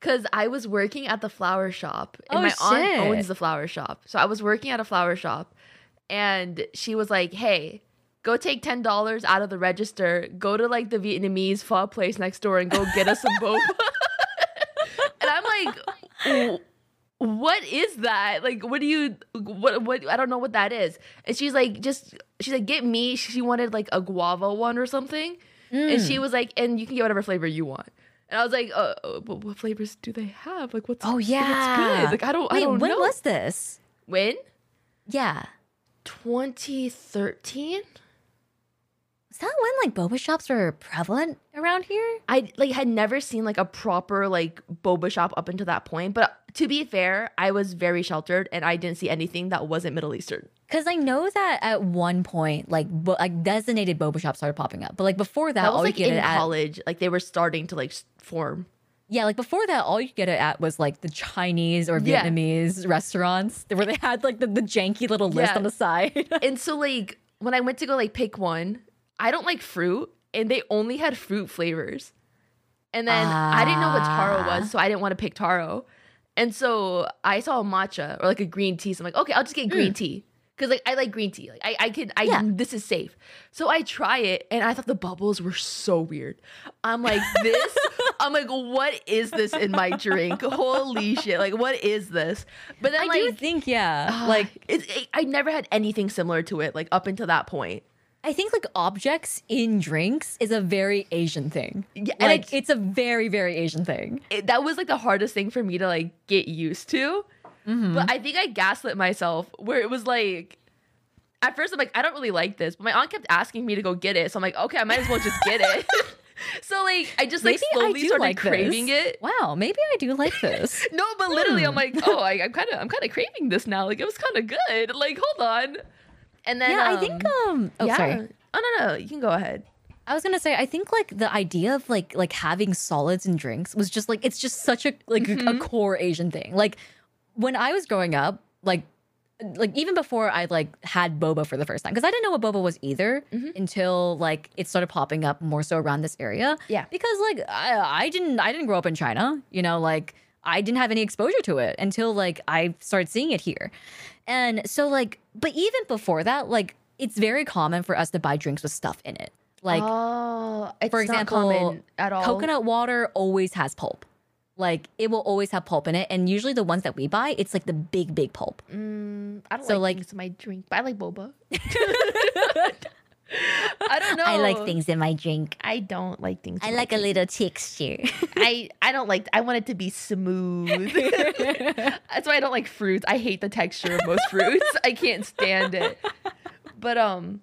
cause I was working at the flower shop, and
Oh,
my
shit.
aunt owns the flower shop. So I was working at a flower shop, and she was like, "Hey." Go take ten dollars out of the register. Go to like the Vietnamese pho place next door and go get us some boba. and I'm like, what is that? Like, what do you, what, what, I don't know what that is. And she's like, just, she's like, get me. She wanted like a guava one or something. And she was like, and you can get whatever flavor you want. And I was like, uh, uh, but what flavors do they have? Like, what's,
Oh yeah.
Like, I don't- I
Wait,
don't
when
know.
was this?
when?
Yeah.
2013?
Is that when like boba shops were prevalent around here?
I like had never seen like a proper like boba shop up until that point. But to be fair, I was very sheltered and I didn't see anything that wasn't Middle Eastern.
Because I know that at one point, like bo- like designated boba shops started popping up, but like before that,
That
all
was like
you get
in
it at
college. Like they were starting to like s- form.
Yeah, like before that, all you could get it at was like the Chinese or
Yeah.
Vietnamese restaurants where they had like the, the janky little list
Yeah.
on the side.
and so like when I went to go like pick one, I don't like fruit, and they only had fruit flavors. And then I didn't know what taro
Ah.
was, so I didn't want to pick taro. And so I saw a matcha or like a green tea. So I'm like, okay, I'll just get green tea. Cause like I like green tea. Like I, I can I
Mm. Yeah.
this is safe. So I try it and I thought the bubbles were so weird. I'm like, this I'm like, what is this in my drink? Holy shit! Like, what is this? But then
I
like,
do think, yeah.
like
like,
it's, it, I never had anything similar to it. Like up until that point.
I think like objects in drinks is a very Asian thing.
Yeah, and
like,
I-
it's a very, very Asian thing.
it, that was like the hardest thing for me to like get used to.
Mm-hmm.
But I think I gaslit myself where it was like at first I'm like I don't really like this, but my aunt kept asking me to go get it, so I'm like okay, I might as well just get it. so like I just like
Maybe I
slowly
do
started
like
craving
this.
it.
Wow, maybe I do like this. Hmm.
No, but literally I'm like oh I, I'm kind of I'm kind of craving this now. Like it was kind of good. Like hold on. And then
yeah, I think.
um,
Um, oh,
yeah.
sorry.
Oh no no, you can go ahead.
I was gonna say, I think like the idea of like like having solids and drinks was just like it's just such a like a core Asian thing. Like when I was growing up, like like even before I like had boba for the first time because I didn't know what boba was either until like it started popping up more so around this area.
Yeah.
because like I I didn't I didn't grow up in China, you know, like I didn't have any exposure to it until like I started seeing it here, and so like but even before that, like it's very common for us to buy drinks with stuff in it. Like
oh, it's
for
not
example,
common at all.
coconut water always has pulp. Like it will always have pulp in it, and usually the ones that we buy, it's like the big, big pulp.
Mm, I don't
So,
like,
like-
things in my drink, but I like boba. I don't know.
I like things in my drink.
I don't like things.
I
in
like
my
a
drink.
little texture.
I I don't like. I want it to be smooth. That's why I don't like fruits. I hate the texture of most fruits. I can't stand it. But um,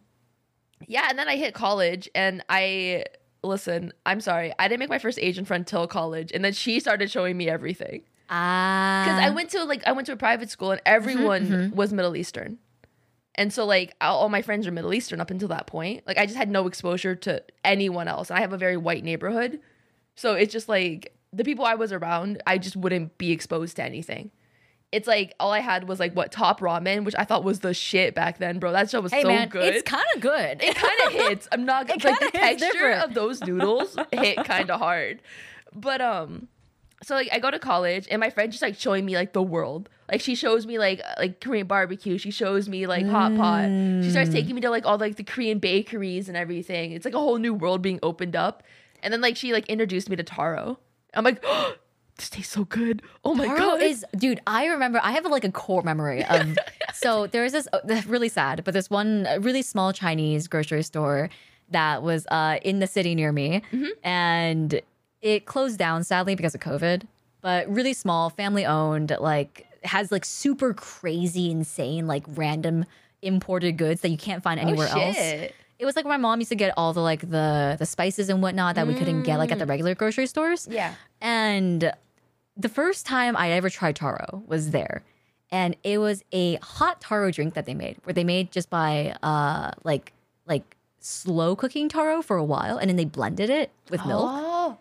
yeah. And then I hit college, and I listen. I'm sorry. I didn't make my first Asian friend till college, and then she started showing me everything.
Ah,
because I went to like I went to a private school
Mm-hmm,
and everyone was Middle Eastern, and so like all all my friends are Middle Eastern up until that point. Like I just had no exposure to anyone else, and I have a very white neighborhood, so it's just like the people I was around, I just wouldn't be exposed to anything. It's like all I had was like what top ramen, which I thought was the shit back then, bro. That show was
hey
so
man,
good.
it's kind of good.
it kind of hits. I'm not
It
like the
kinda hits
texture
different.
of those noodles hit kind of hard, but um, so like I go to college and my friend just like showing me like the world. Like she shows me like uh, like Korean barbecue. She shows me like hot pot. She
Mm.
starts taking me to like all like the Korean bakeries and everything. It's like a whole new world being opened up. And then like she like introduced me to taro. I'm like, this tastes so good. Oh my
Taro
god,
is dude. I remember. I have like a core memory of. so there was this uh, really sad, but this one uh, really small Chinese grocery store that was uh, in the city near me,
Mm-hmm.
and it closed down sadly because of COVID. But really small, family owned, like has like super crazy, insane, like random imported goods that you can't find anywhere else
Oh, shit.
it was like my mom used to get all the like the the spices and whatnot that we couldn't get like at the regular grocery stores.
Mm. Yeah.
And the first time I ever tried taro was there. And it was a hot taro drink that they made, where they made just by uh like like slow cooking taro for a while and then they blended it with milk
Oh,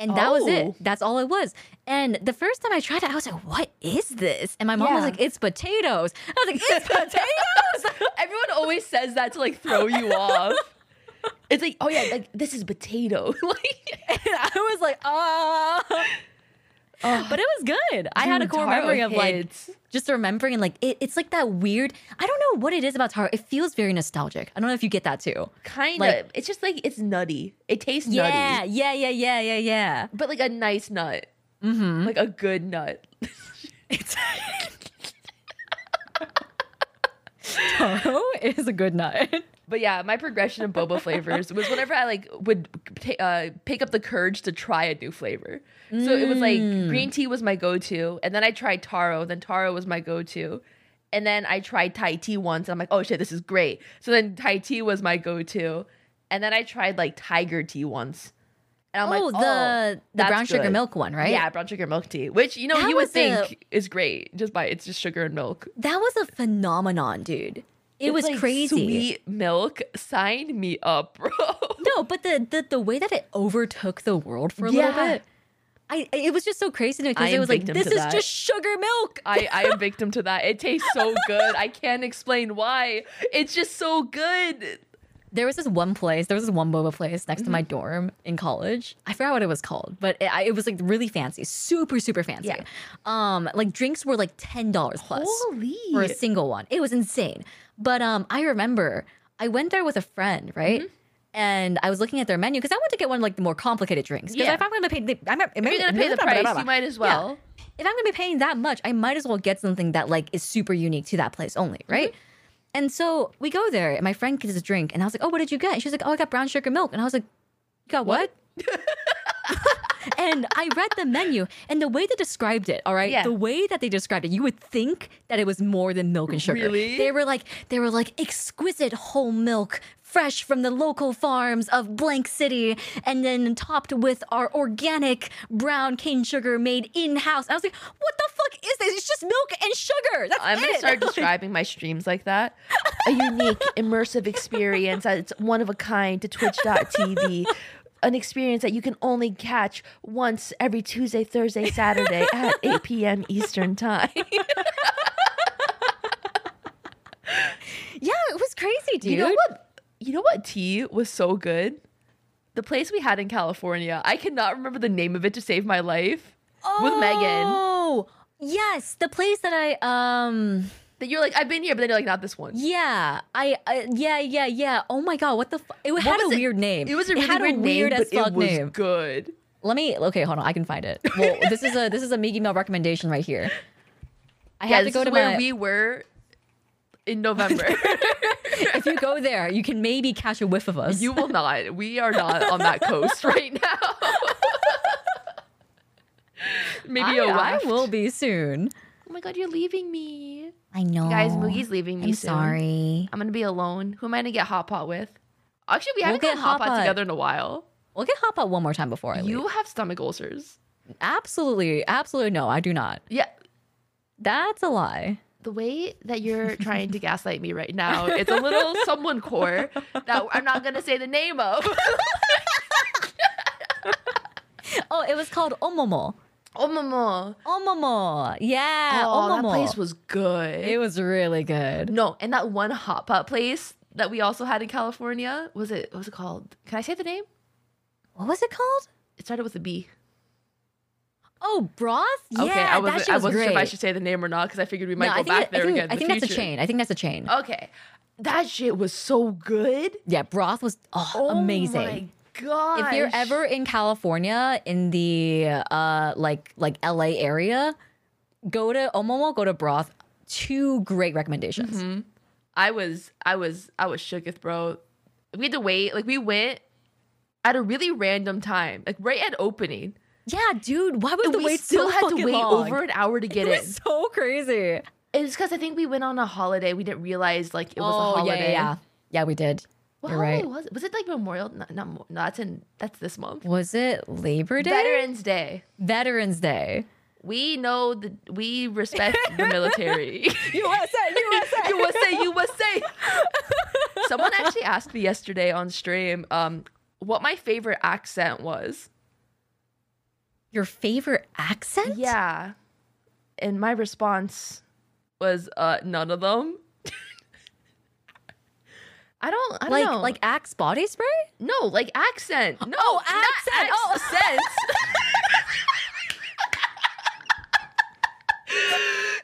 and that was
Oh.
it. That's all it was. And the first time I tried it, I was like, "What is this?" And my mom was
Yeah.
like, "It's potatoes." I was like, "It's potatoes."
Everyone always says that to like throw you off. It's like, oh yeah, like this is potato. like,
And I was like, oh. But it was good. I had a
Dude,
core
Taro
memory of like
hits.
just remembering like it, it's like that weird. I don't know what it is about Taro. It feels very nostalgic. I don't know if you get that too.
kind of.
like-
it's just like it's nutty. It tastes
Yeah,
nutty,
yeah, yeah, yeah, yeah, yeah.
but like a nice nut, mm-hmm. like a good nut.
Taro is a good nut.
But yeah, my progression of boba flavors was whenever I like would ta- uh, pick up the courage to try a new flavor. So it was like
Mm.
green tea was my go-to, and then I tried taro, then taro was my go-to, and then I tried Thai tea once, and I'm like, oh shit, this is great. So then Thai tea was my go-to, and then I tried like tiger tea once, and I'm
oh,
like, oh,
the the
that's
brown sugar
good."
milk one, right?
Yeah, brown sugar milk tea, which you know
That
you would
was a-
think is great just by it's just sugar and milk.
that was a phenomenon, dude. It
It's,
was
like,
crazy.
Sweet milk, sign me up, bro.
No, but the, the the way that it overtook the world for a little
Yeah.
bit, I it was just so crazy to me
I
because it
am
was like
victim
this
to
is
that.
just sugar milk.
I, I am victim to that. It tastes so good. I can't explain why. It's just so good.
There was this one place, there was this one boba place next to my
Mm-hmm.
dorm in college. I forgot what it was called, but it, I, it was like really fancy, super super fancy.
Yeah.
Um, like drinks were like ten dollars plus. for a
Holy. Mm-hmm.
single one. It was insane. But um, I remember I went there with a friend, right? and I was looking at their menu because I want to get one of like the more complicated drinks. Because
Yeah.
if I'm going to pay, the, I'm,
If you're gonna pay the price, you might as well.
if I'm gonna be paying that much, I might as well get something that like is super unique to that place only,
Mm-hmm.
right? And so we go there, and my friend gets a drink, and I was like, "Oh, what did you get?" And she was like, "Oh, I got brown sugar milk," and I was like, "You got what?" and I read the menu, and the way they described it, all right,
Yeah.
the way that they described it, you would think that it was more than milk and sugar.
Really?
They were like, they were like exquisite whole milk. Fresh from the local farms of Blank City, and then topped with our organic brown cane sugar made in house. I was like, "What the fuck is this? It's just milk and sugar." That's
I'm gonna
it.
start
Like,
describing my streams like that. A unique, immersive experience that's one of a kind to twitch.tv. An experience that you can only catch once every Tuesday, Thursday, Saturday at 8 p.m. Eastern Time.
yeah, it was crazy, dude.
You know what? You know what tea was so good? The place we had in California. I cannot remember the name of it to save my life. With Megan.
Oh, yes, the place that I um.
That you're like, I've been here, but then you're like, not this one.
Yeah, I uh, yeah yeah yeah. Oh my god, what the? F- it had a
was it?
weird name.
It was a really
had
weird,
weird
name,
as
but
fuck
it was
name.
good.
Let me. Okay, hold on. I can find it. Well, this is a this is a Miggy Mail recommendation right here. I
Yeah,
have to
this
go
is
to
where
my.
we were in November.
if you go there, you can maybe catch a whiff of us.
you will not. We are not on that coast right now. Maybe a
I,
waft.
I will be soon.
Oh my god, you're leaving me,
I know,
guys. Moogie's leaving me.
I'm
soon.
sorry.
I'm gonna be alone. Who am I gonna get hot pot with? Actually, we
We'll
haven't
get
done hot
hot
pot
pot.
together in a while.
We'll get hop out one more time before I leave.
You have stomach ulcers.
Absolutely, absolutely no, I do not.
Yeah.
That's a lie.
The way that you're trying to gaslight me right now, it's a little someone core that I'm not gonna say the name of.
Oh, it was called Omomo.
oh, mama.
Omomo. Yeah,
oh,
Omomo.
that place was good.
Uh, It was really good.
no, and that one hot pot place that we also had in California was it? What was it called? Can I say the name?
What was it called?
It started with a B.
Oh, broth. Yeah,
okay, I wasn't,
that shit
I
was
wasn't
great.
sure if I should say the name or not because I figured we might
no,
go
I think,
back
that-
there
I think,
again. in
I
the
think that's a
future.
chain. I think that's a chain.
Okay, that shit was so good.
yeah, broth was oh, amazing.
Oh my god!
if you're ever in California in the uh like like LA area, go to Omomo, go to broth. Two great recommendations.
Mm-hmm. I was, I was, I was shooketh, bro. We had to wait. Like we went at a really random time, like right at opening.
Yeah, dude, why was
And
the
we
wait
still
so
had to
fucking
wait
long?
over an hour to get
It
in.
was so crazy.
It was because I think we went on a holiday. We didn't realize like it was
oh
a
yeah, yeah,
holiday.
yeah, yeah. We did.
What
You're
holiday
right.
was it? Was it like Memorial? Not, not Mo- no. That's in that's this month.
Was it Labor Day?
Veterans Day.
Veterans Day.
We know the we respect the military.
USA, USA.
USA, USA. Someone actually asked me yesterday on stream um, what my favorite accent was.
Your favorite accent?
Yeah, and my response was uh, none of them. I don't. I don't
Like
know.
like Axe body spray?
No, like accent. No,
Oh,
not at
accent. Oh,
all sense.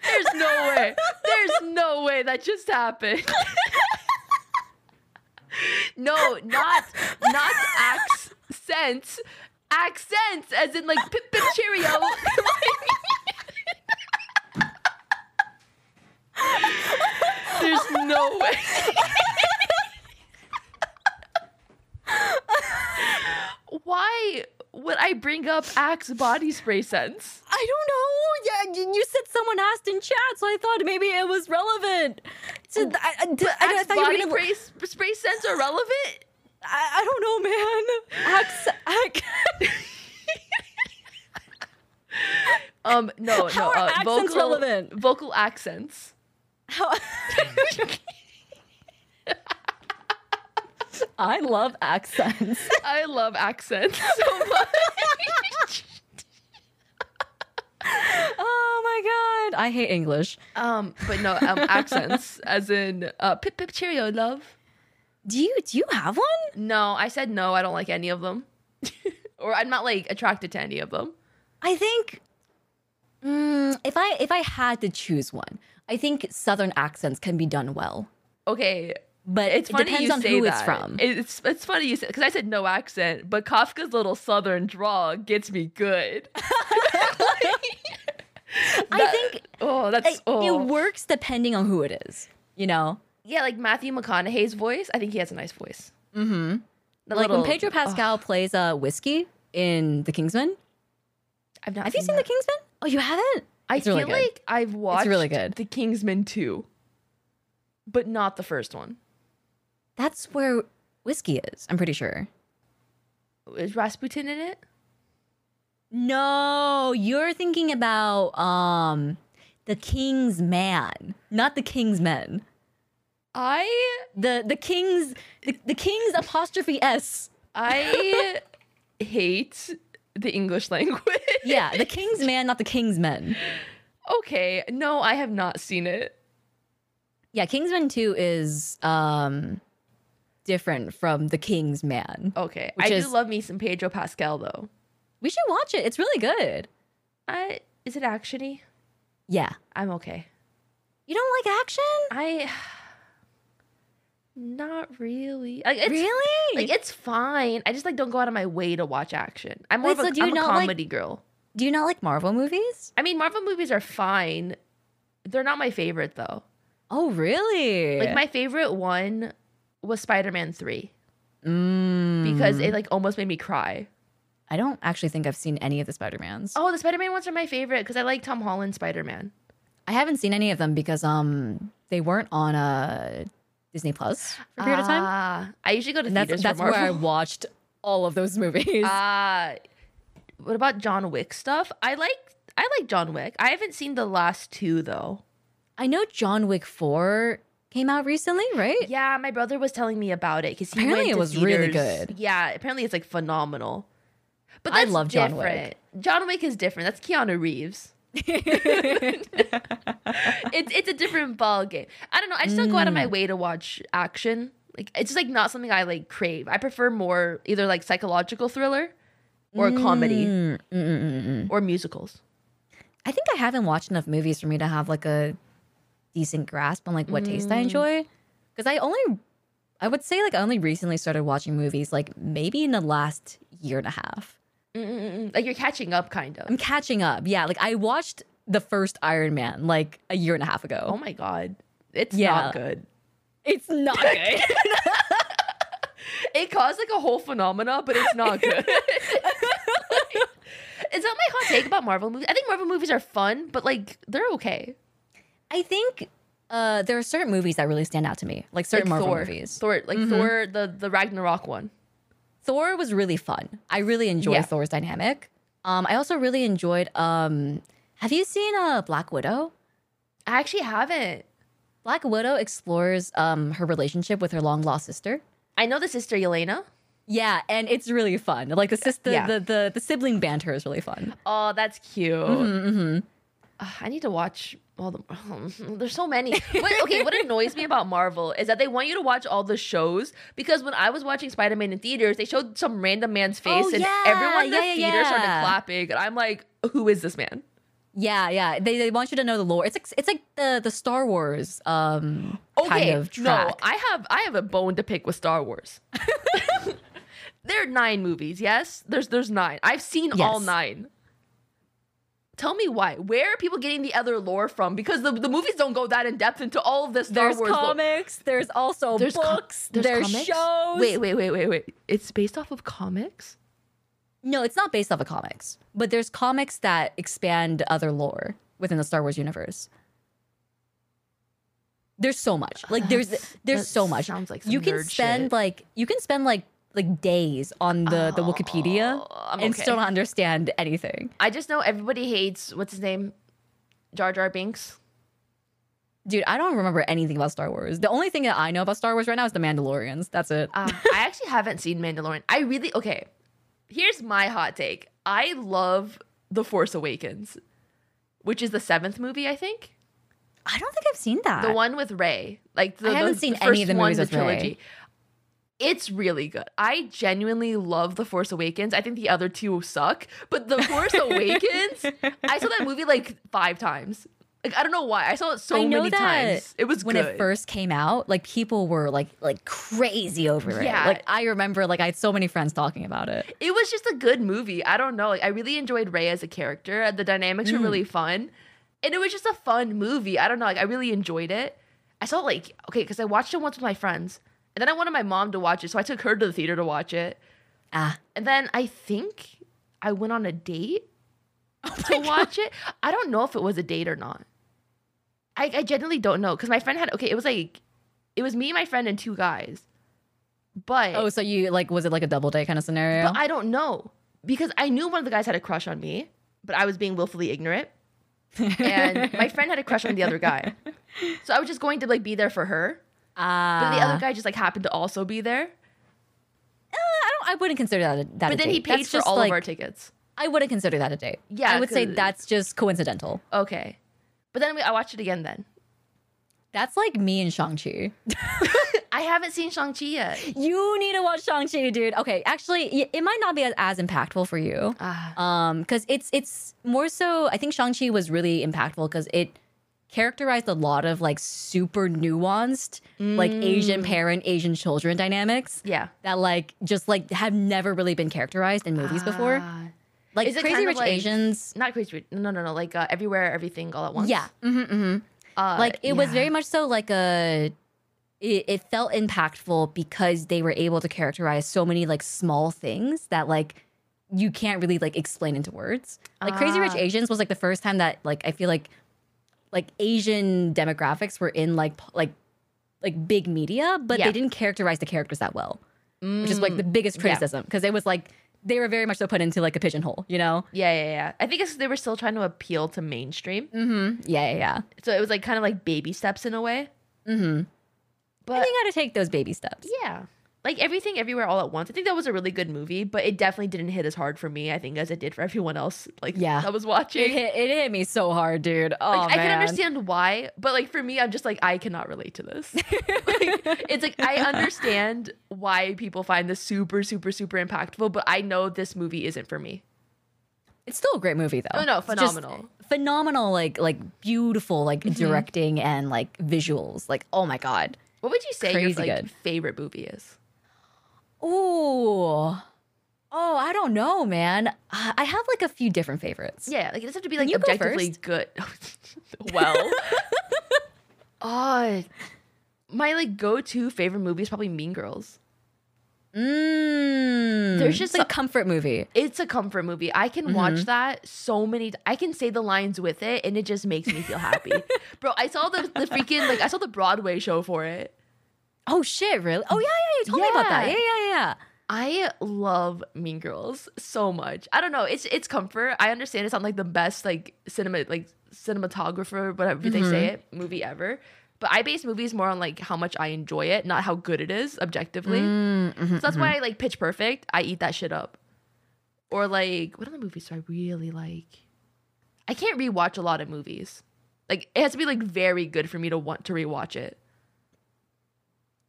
There's no way. There's no way that just happened. no, not not accent. Accents, as in like pip pip cheerio. There's no way. Why would I bring up Axe body spray scents?
I don't know. Yeah, y- you said someone asked in chat, so I thought maybe it was relevant. To th- I, I, d- I- I
Axe
thought you were
body
gonna-
spray, spray scents are relevant?
I, I don't know, man. Axe. ac-
Um, no,
How
no.
are
uh,
accents
vocal,
relevant?
Vocal accents.
how- I love accents.
I love accents so much.
Oh my god, I hate English.
um, but no, um, accents, as in uh, pip pip cheerio, love.
Do you do you have one?
No, I said no. I don't like any of them, or I'm not like attracted to any of them.
I think mm, if I if I had to choose one, I think Southern accents can be done well.
Okay,
but
It's
it
funny
depends
you
on
say
who
that.
it's from.
It- It's it's funny you say because I said no accent, but Kafka's little southern drawl gets me good.
I
That-
think
Oh, that's
it,
oh.
it works depending on who it is. You know,
yeah, like Matthew McConaughey's voice. I think he has a nice voice. Mm-hmm.
like when Pedro Pascal plays uh, whiskey in The Kingsman.
I've not.
Have you seen
that.
The Kingsman? Oh, you haven't.
I
It's
feel
really good.
like I've watched
really good.
The Kingsman 2, but not the first one.
That's where whiskey is. I'm pretty sure.
Is Rasputin in it?
No, you're thinking about um the king's man, not the king's men.
I
The the king's the, the king's apostrophe s.
I hate the English language.
Yeah, the king's man, not the king's men.
Okay. No, I have not seen it.
Yeah, Kingsman 2 is um different from the king's man.
Okay.
Which
I
is-
do love me some Pedro Pascal though.
We should watch it. It's really good.
I is it actiony?
Yeah.
I'm okay.
You don't like action?
I not really. Like it's
really?
like it's fine. I just like don't go out of my way to watch action. I'm more
Wait,
of a,
so do you
am a
not like-
comedy girl.
Do you not like Marvel movies?
I mean, Marvel movies are fine. They're not my favorite though.
Oh, really?
Like my favorite one was Spider-Man 3
mm,
because it like almost made me cry.
I don't actually think I've seen any of the Spider-Mans.
Oh, the Spider-Man ones are my favorite because I like Tom Holland Spider-Man.
I haven't seen any of them because um they weren't on uh, Disney Plus for a period of time.
Ah, I usually go to
And that's
theaters
that's
for
where I
Marvel.
watched all of those movies.
Ah, what about John Wick stuff? I like I like John Wick. I haven't seen the last two though.
I know John Wick Four came out recently, right?
Yeah, my brother was telling me about it because
Apparently it was really good.
Yeah, apparently it's like phenomenal. But
I
that's
love John Wick.
different. John Wick is different. That's Keanu Reeves. it's it's a different ball game. I don't know. I just don't go out of
Mm.
my way to watch action. Like it's just like not something I like crave. I prefer more either like psychological thriller or comedy
Mm, mm, mm, mm, mm.
or musicals.
I think I haven't watched enough movies for me to have like a decent grasp on like what taste I enjoy. Because I only, I would say like I only recently started watching movies like maybe in the last year and a half.
Mm-mm-mm. Like you're catching up, kind of.
I'm catching up. Yeah, like I watched the first Iron Man like a year and a half ago.
Oh my god, it's
Yeah.
not good.
It's not good.
It caused like a whole phenomena, but it's not good. Is that my hot take about Marvel movies? I think Marvel movies are fun, but like they're okay.
I think uh, there are certain movies that really stand out to me, like certain
like
Marvel
Thor,
movies. Mm-hmm.
Thor, like Thor, the the Ragnarok one.
Thor was really fun. I really enjoy
Yeah.
Thor's dynamic. Um, I also really enjoyed. Um, have you seen uh, Black Widow?
I actually haven't.
Black Widow explores um, her relationship with her long lost sister.
I know the sister Yelena.
Yeah, and it's really fun. Like the sister,
Yeah.
the, the the sibling banter is really fun.
Oh, that's cute.
Mm-hmm,
Ugh, I need to watch all the. there's so many. What, okay, what annoys me about Marvel is that they want you to watch all the shows because when I was watching Spider Man in theaters, they showed some random man's face and
Oh, yeah,
everyone in the
yeah, yeah,
theater started
yeah.
clapping, and I'm like, who is this man?
Yeah, yeah. They, they want you to know the lore. It's like it's like the the Star Wars um
Okay,
kind of track.
no, I have I have a bone to pick with Star Wars. there are nine movies. Yes, there's there's nine. I've seen all
Yes.
nine. Tell me why. Where are people getting the other lore from? Because the, the movies don't go that in depth into all of this Star
there's
Wars. lore.
comics. There's also
There's co-
books. there's
comics?
shows.
Wait, wait, wait, wait, wait. It's based off of comics.
no, it's not based off of comics, but there's comics that expand other lore within the Star Wars universe. There's so much. Like there's
That's-
there's
that
so much.
sounds like some
you can
nerd
spend
shit.
like you can spend like like days on the the Wikipedia
Oh, I'm
and
okay.
still not understand anything.
I just know everybody hates what's his name, Jar Jar Binks.
Dude, I don't remember anything about Star Wars. The only thing that I know about Star Wars right now is the Mandalorians. That's it.
Uh, I actually haven't seen Mandalorian. I really okay. Here's my hot take. I love The Force Awakens, which is the seventh movie, I think.
I don't think I've seen that.
The one with Ray, like the,
I haven't
the-
seen
the
any
first
of the
one,
movies with Rey.
It's really good. I genuinely love The Force Awakens. I think the other two suck, but The Force Awakens, I saw that movie like five times. Like I don't know why. I saw it so
I know
many
that
times. It was
when
good.
it first came out, like people were like like crazy over it.
Yeah.
Like I remember like I had so many friends talking about it.
it was just a good movie. I don't know. Like I really enjoyed Ray as a character. The dynamics were really fun, and it was just a fun movie. I don't know. Like I really enjoyed it. I saw it, like okay because I watched it once with my friends, and then I wanted my mom to watch it, so I took her to the theater to watch it,
Ah.
and then I think I went on a date to watch it. I don't know if it was a date or not. I, I genuinely don't know because my friend had okay. It was like it was me, my friend, and two guys, but
Oh, so you like was it like a double date kind of scenario?
but I don't know because I knew one of the guys had a crush on me, but I was being willfully ignorant, and my friend had a crush on the other guy, so I was just going to like be there for her. But
Ah.
the other guy just like happened to also be there,
Eh, I don't I wouldn't consider that a, that a
but then he
date. That's
paid for
just,
all
like,
of our tickets.
I wouldn't consider that a date.
Yeah,
I would say
'cause-
that's just coincidental.
Okay, but then we, I watched it again. Then
That's like me and Shang-Chi.
I haven't seen Shang Chi yet.
You need to watch Shang-Chi, dude. Okay, actually, y- it might not be as, as impactful for you.
Ah,
Um, because it's it's more so I think Shang-Chi was really impactful because it characterized a lot of like super nuanced, like Asian
Mm.
parent, Asian children dynamics
yeah.
that like just like have never really been characterized in movies before.
Ah.
Like
Is it
Crazy
kind of
Rich
like-
Asians.
not crazy. Rich- No, no, no. Like uh, everywhere, everything, all at once.
Yeah. hmm hmm
Uh,
like it was
yeah.
very much so like a it, it felt impactful because they were able to characterize so many like small things that like you can't really like explain into words like crazy rich
Ah.
asians was like the first time that like i feel like like asian demographics were in like p- like like big media but
Yeah.
they didn't characterize the characters that well
Mm.
which is like the biggest
yeah.
criticism because it was like they were very much so put into like a pigeonhole you know
Yeah, yeah, yeah. I think it's 'cause they were still trying to appeal to mainstream,
mm-hmm. yeah yeah yeah
so it was like kind of like baby steps in a way.
mm-hmm. i
But
think i gotta take those baby steps
yeah, like everything, everywhere, all at once. I think that was a really good movie, but it definitely didn't hit as hard for me. I think as it did for everyone else. Like
Yeah.
that was
It
watching.
hit, it hit me so hard, dude. Oh,
Like, I can
man.
understand why, but like for me, I'm just like I cannot relate to this. Like, it's like I understand why people find this super, super, super impactful, but I know this movie isn't for me.
It's still a great movie, though.
No, no,
It's just
phenomenal. Mm-hmm.
phenomenal, like like beautiful, like directing and like visuals. Like, oh my god.
What would you say
Crazy
your like
good.
favorite movie is?
Ooh. Oh, I don't know, man. I I have like a few different favorites.
Yeah, like it doesn't have to be like
you go
objectively good. well, uh, my like go-to favorite movie is probably Mean Girls.
Mm.
There's just
like a
a-
comfort movie.
It's a comfort movie. I can
Mm-hmm.
watch that so many. T- I can say the lines with it, and it just makes me feel happy, bro. I saw the the freaking like I saw the Broadway show for it.
Oh shit, really? Oh yeah, yeah. You told me about that.
Yeah.
Yeah, yeah, yeah.
I love Mean Girls so much. I don't know. It's it's comfort. I understand it's not like the best like cinema like cinematographer whatever they
Mm-hmm.
say it movie ever. But I base movies more on like how much I enjoy it, not how good it is objectively.
Mm-hmm. Mm,
so that's why I like Pitch Perfect. I eat that shit up. Or like what other movies do I really like? I can't rewatch a lot of movies. Like it has to be like very good for me to want to rewatch it.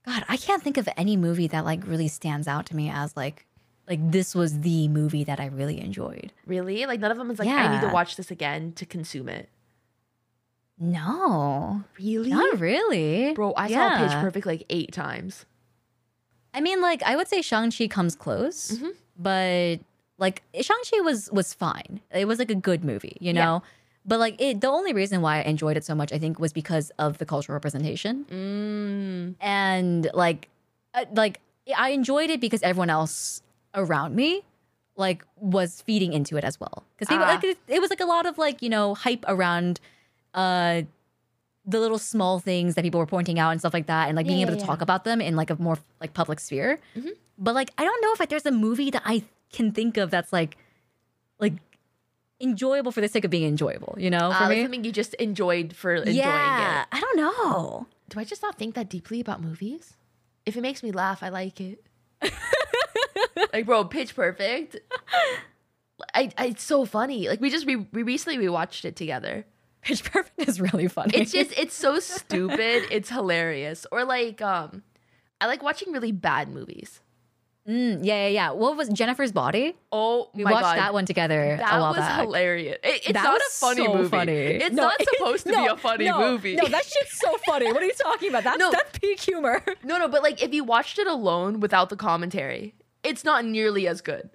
God, I can't think of any movie that like really stands out to me as like like this was the movie that I really enjoyed.
Really? Like none of them is like I need to
Yeah.
watch this again to consume it.
No,
Really?
not really,
Bro, I saw Pitch
Yeah.
Perfect like eight times.
I mean, like I would say Shang Chi comes close,
Mm-hmm.
but like Shang Chi was was fine. It was like a good movie, you
Yeah.
know. But like it, the only reason why I enjoyed it so much, I think, was because of the cultural representation
Mm.
and like, uh, like I enjoyed it because everyone else around me like was feeding into it as well because
Ah.
like, it, it was like a lot of like you know hype around uh the little small things that people were pointing out and stuff like that and like being
Yeah,
able
yeah,
to
yeah. Mm-hmm.
talk about them in like a more like public sphere but like i don't know if like, there's a movie that i can think of that's like like enjoyable for the sake of being enjoyable you know for
Uh, like
me
something you just enjoyed for enjoying
yeah
it.
i don't know
Do I just not think that deeply about movies? If it makes me laugh, I like it. like, bro, Pitch Perfect. I, I, it's so funny. Like, we just re- we recently we watched it together.
pitch perfect is really funny
It's just it's so stupid. It's hilarious. Or like, um, I like watching really bad movies.
Mm, yeah, yeah, yeah. What was Jennifer's Body?
Oh
We
my
watched
god,
that one together
That
a while
was
back.
hilarious. It- it's
That
not
was
a funny
so
movie.
funny.
It's
No,
not
it-
supposed to be
no,
a funny
no,
movie.
No, that shit's so funny. What are you talking about? That's
No.
that's peak humor.
no, no, but like if you watched it alone without the commentary, it's not nearly as good.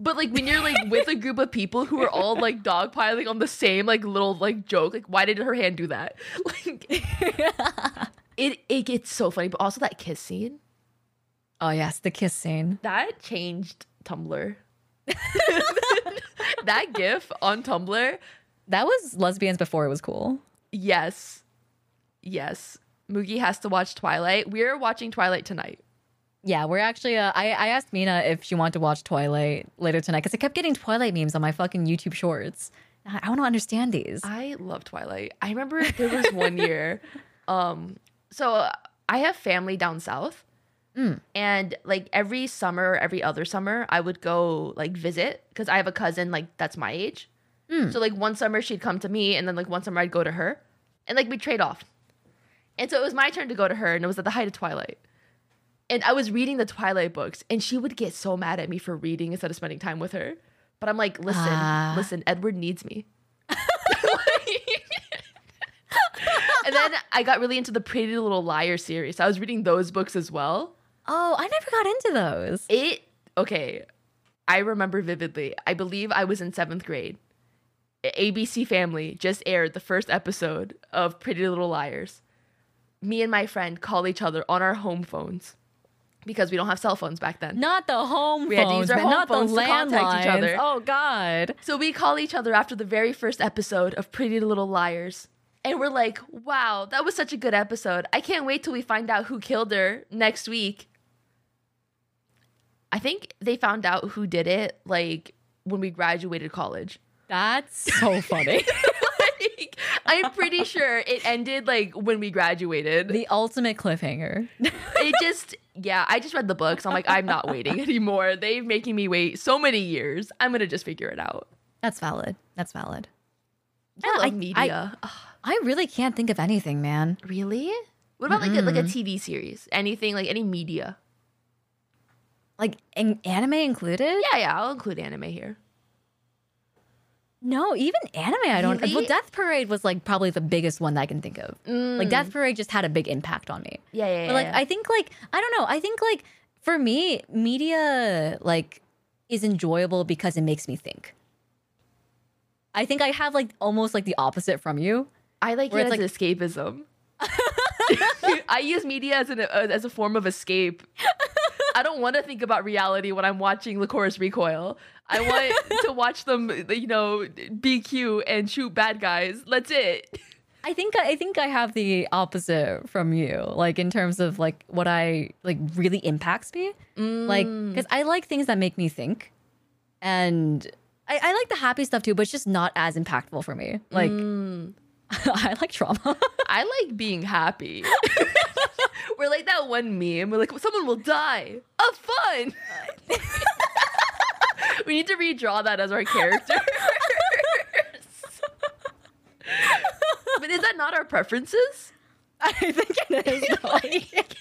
But like when you're like with a group of people who are all like dogpiling on the same like little like joke, like why did her hand do that? Like it it gets so funny. But also that kiss scene
Oh yes, the kiss scene.
that changed Tumblr. that GIF on Tumblr,
That was lesbians before it was cool.
yes, yes. Moogie has to watch Twilight. We're watching Twilight tonight.
Yeah, we're actually. Uh, I I asked Mina if she wanted to watch Twilight later tonight because I kept getting Twilight memes on my fucking YouTube Shorts. I, I want to understand these.
I love Twilight. I remember there was one year. Um, so uh, I have family down south, and like every summer or every other summer, I would go like visit because I have a cousin like that's my age. So like one summer she'd come to me, and then like one summer I'd go to her, and like we trade off. And so it was my turn to go to her, and it was at the height of Twilight. And I was reading the Twilight books, and she would get so mad at me for reading instead of spending time with her. But I'm like, listen,
Ah.
listen, Edward needs me. and then I got really into the Pretty Little Liar series. I was reading those books as well.
Oh, I never got into those.
It okay. I remember vividly. I believe I was in seventh grade. ABC Family just aired the first episode of Pretty Little Liars. Me and my friend call each other on our home phones because we don't have cell phones back then.
Not the home
We had to
phones,
use our
but
home
not the
phones to contact each
landlines.
other.
Oh God.
So we call each other after the very first episode of Pretty Little Liars. And we're like, wow, that was such a good episode. I can't wait till we find out who killed her next week. I think they found out who did it like when we graduated college.
That's so funny.
Like, I'm pretty sure it ended like when we graduated.
the ultimate cliffhanger.
it just yeah i just read the books i'm like i'm not waiting anymore they're making me wait so many years i'm gonna just figure it out
That's valid. That's valid.
i love
I-
media Ugh,
I really can't think of anything, man.
really what about like a, like a tv series anything like any media
Like in anime included?
yeah yeah i'll include anime here
No, even anime I don't
Really?
Well, Death Parade was like probably the biggest one that I can think of. Like Death Parade just had a big impact on me.
Mm, yeah yeah, yeah,
But like
yeah.
I think like I don't know, I think like for me, media like is enjoyable because it makes me think. I think I have like almost like the opposite from you.
I like
where
it as
it's
escapism i use media as an uh, as a form of escape i don't want to think about reality when i'm watching the chorus recoil i want to watch them you know be cute and shoot bad guys that's it
I think I think I have the opposite from you, like in terms of like what I like really impacts me, like because I like things that make me think, and I, I like the happy stuff too, but it's just not as impactful for me. Like Mm. I like trauma.
I like being happy. we're like that one meme. We're like, someone will die. Of fun. we need to redraw that as our characters. but is that not our preferences?
I think it is. Like,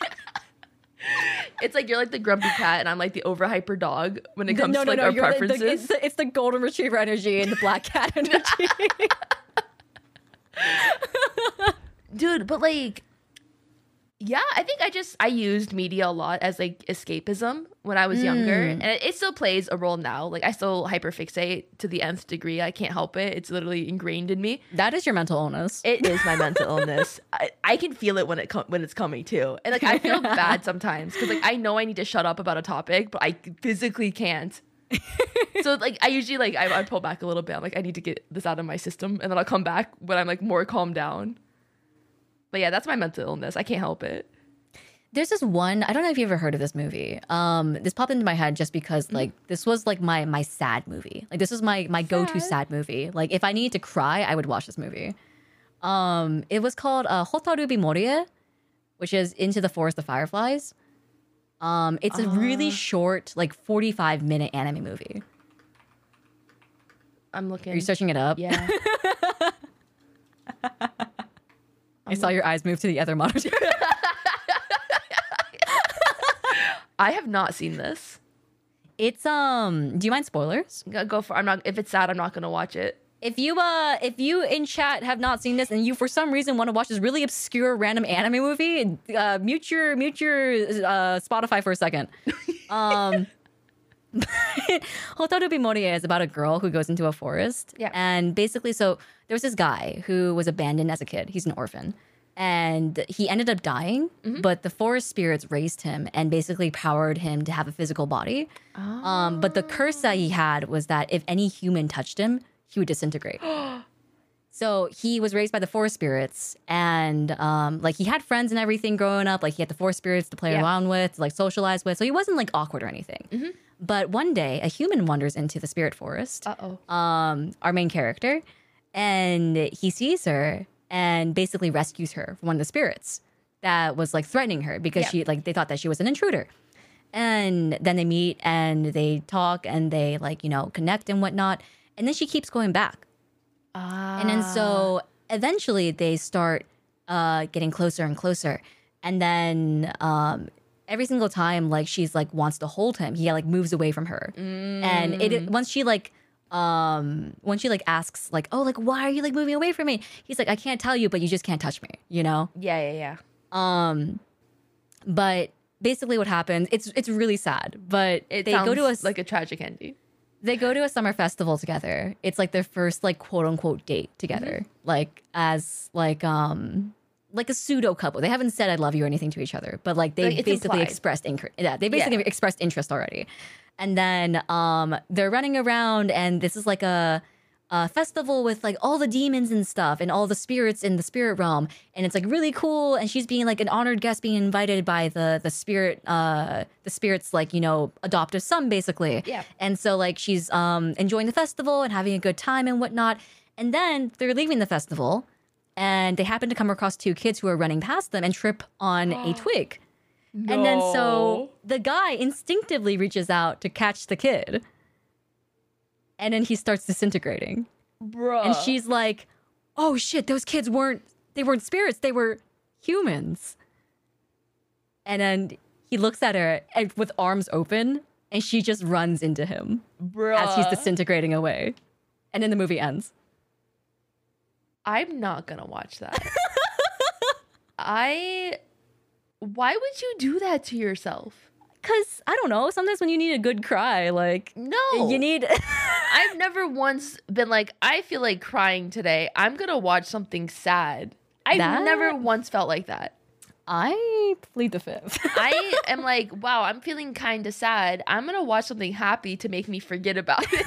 It's like you're like the grumpy cat, and I'm like the overhyper dog when it
no,
comes
no,
to like
no.
our
you're the- the-
preferences.
it's, the, it's the golden retriever energy and the black cat energy.
dude but like yeah i think i just i used media a lot as like escapism when i was younger and it, it still plays a role now like i still hyperfixate to the nth degree i can't help it it's literally ingrained in me
that is your mental illness.
it is my mental illness I, I can feel it when it com- when it's coming too and like i feel bad sometimes because like i know i need to shut up about a topic but i physically can't so like i usually like I, I pull back a little bit i'm like i need to get this out of my system and then i'll come back when i'm like more calmed down but yeah that's my mental illness i can't help it
there's this one i don't know if you ever heard of this movie um this popped into my head just because like this was like my my sad movie like this was my my go-to sad movie like if i needed to cry i would watch this movie um it was called uh hotaru bimorie which is into the forest of fireflies um it's a really short like 45 minute anime movie
i'm looking
are you searching it up
yeah
i saw your eyes move to the other monitor
I have not seen this.
It's um. Do you mind spoilers?
Go- Go for. I'm not. If it's sad, I'm not gonna watch it.
If you uh, if you in chat have not seen this and you for some reason want to watch this really obscure random anime movie, uh, mute your mute your uh, Spotify for a second. Um, Hotaru Bimorie is about a girl who goes into a forest.
Yeah.
and basically, so there was this guy who was abandoned as a kid. He's an orphan, and he ended up dying. But the forest spirits raised him and basically powered him to have a physical body. Um, but the curse that he had was that if any human touched him, he would disintegrate. so he was raised by the forest spirits, and um, like he had friends and everything growing up. Like he had the forest spirits to play
Yeah.
around with, to, like socialize with. So he wasn't like awkward or anything. But one day, a human wanders into the spirit forest.
Uh oh.
Um, our main character, and he sees her and basically rescues her from one of the spirits that was like threatening her because
Yeah.
she like they thought that she was an intruder and then they meet and they talk and they like you know connect and whatnot and then she keeps going back
Ah.
and then so eventually they start uh getting closer and closer and then um every single time like she's like wants to hold him he like moves away from her and it- it once she like um once she like asks like oh like why are you like moving away from me he's like i can't tell you but you just can't touch me you know
Yeah, yeah, yeah.
um, but basically, what happens? It's it's really sad. But
It
they
sounds
go to a
like
like
a tragic ending.
they go to a summer festival together. It's like their first like quote unquote date together,
Mm-hmm.
like as like um like a pseudo couple. They haven't said I love you or anything to each other, but like they
Like, it's
basically
implied.
expressed incre- yeah they basically expressed interest already. And then um they're running around, and this is like a a festival with like all the demons and stuff and all the spirits in the spirit realm and it's like really cool and she's being like an honored guest being invited by the the spirit uh the spirits like you know adoptive son basically
Yeah.
and so like she's um enjoying the festival and having a good time and whatnot and then they're leaving the festival and they happen to come across two kids who are running past them and trip on a twig and then so
No.
the guy instinctively reaches out to catch the kid and then he starts disintegrating
bro,
and she's like, "Oh shit, those kids weren't they weren't spirits, they were humans." And then he looks at her and with arms open, and she just runs into him
bro,
as he's disintegrating away. And then the movie ends.
I'm not gonna watch that. I. Why would you do that to yourself?
Cause I don't know, sometimes when you need a good cry, like
No,
you need
I've never once been like, I feel like crying today. I'm gonna watch something sad. I've
That-
never once felt like that.
I plead the fifth.
I am like, wow, I'm feeling kind of sad. I'm gonna watch something happy to make me forget about it.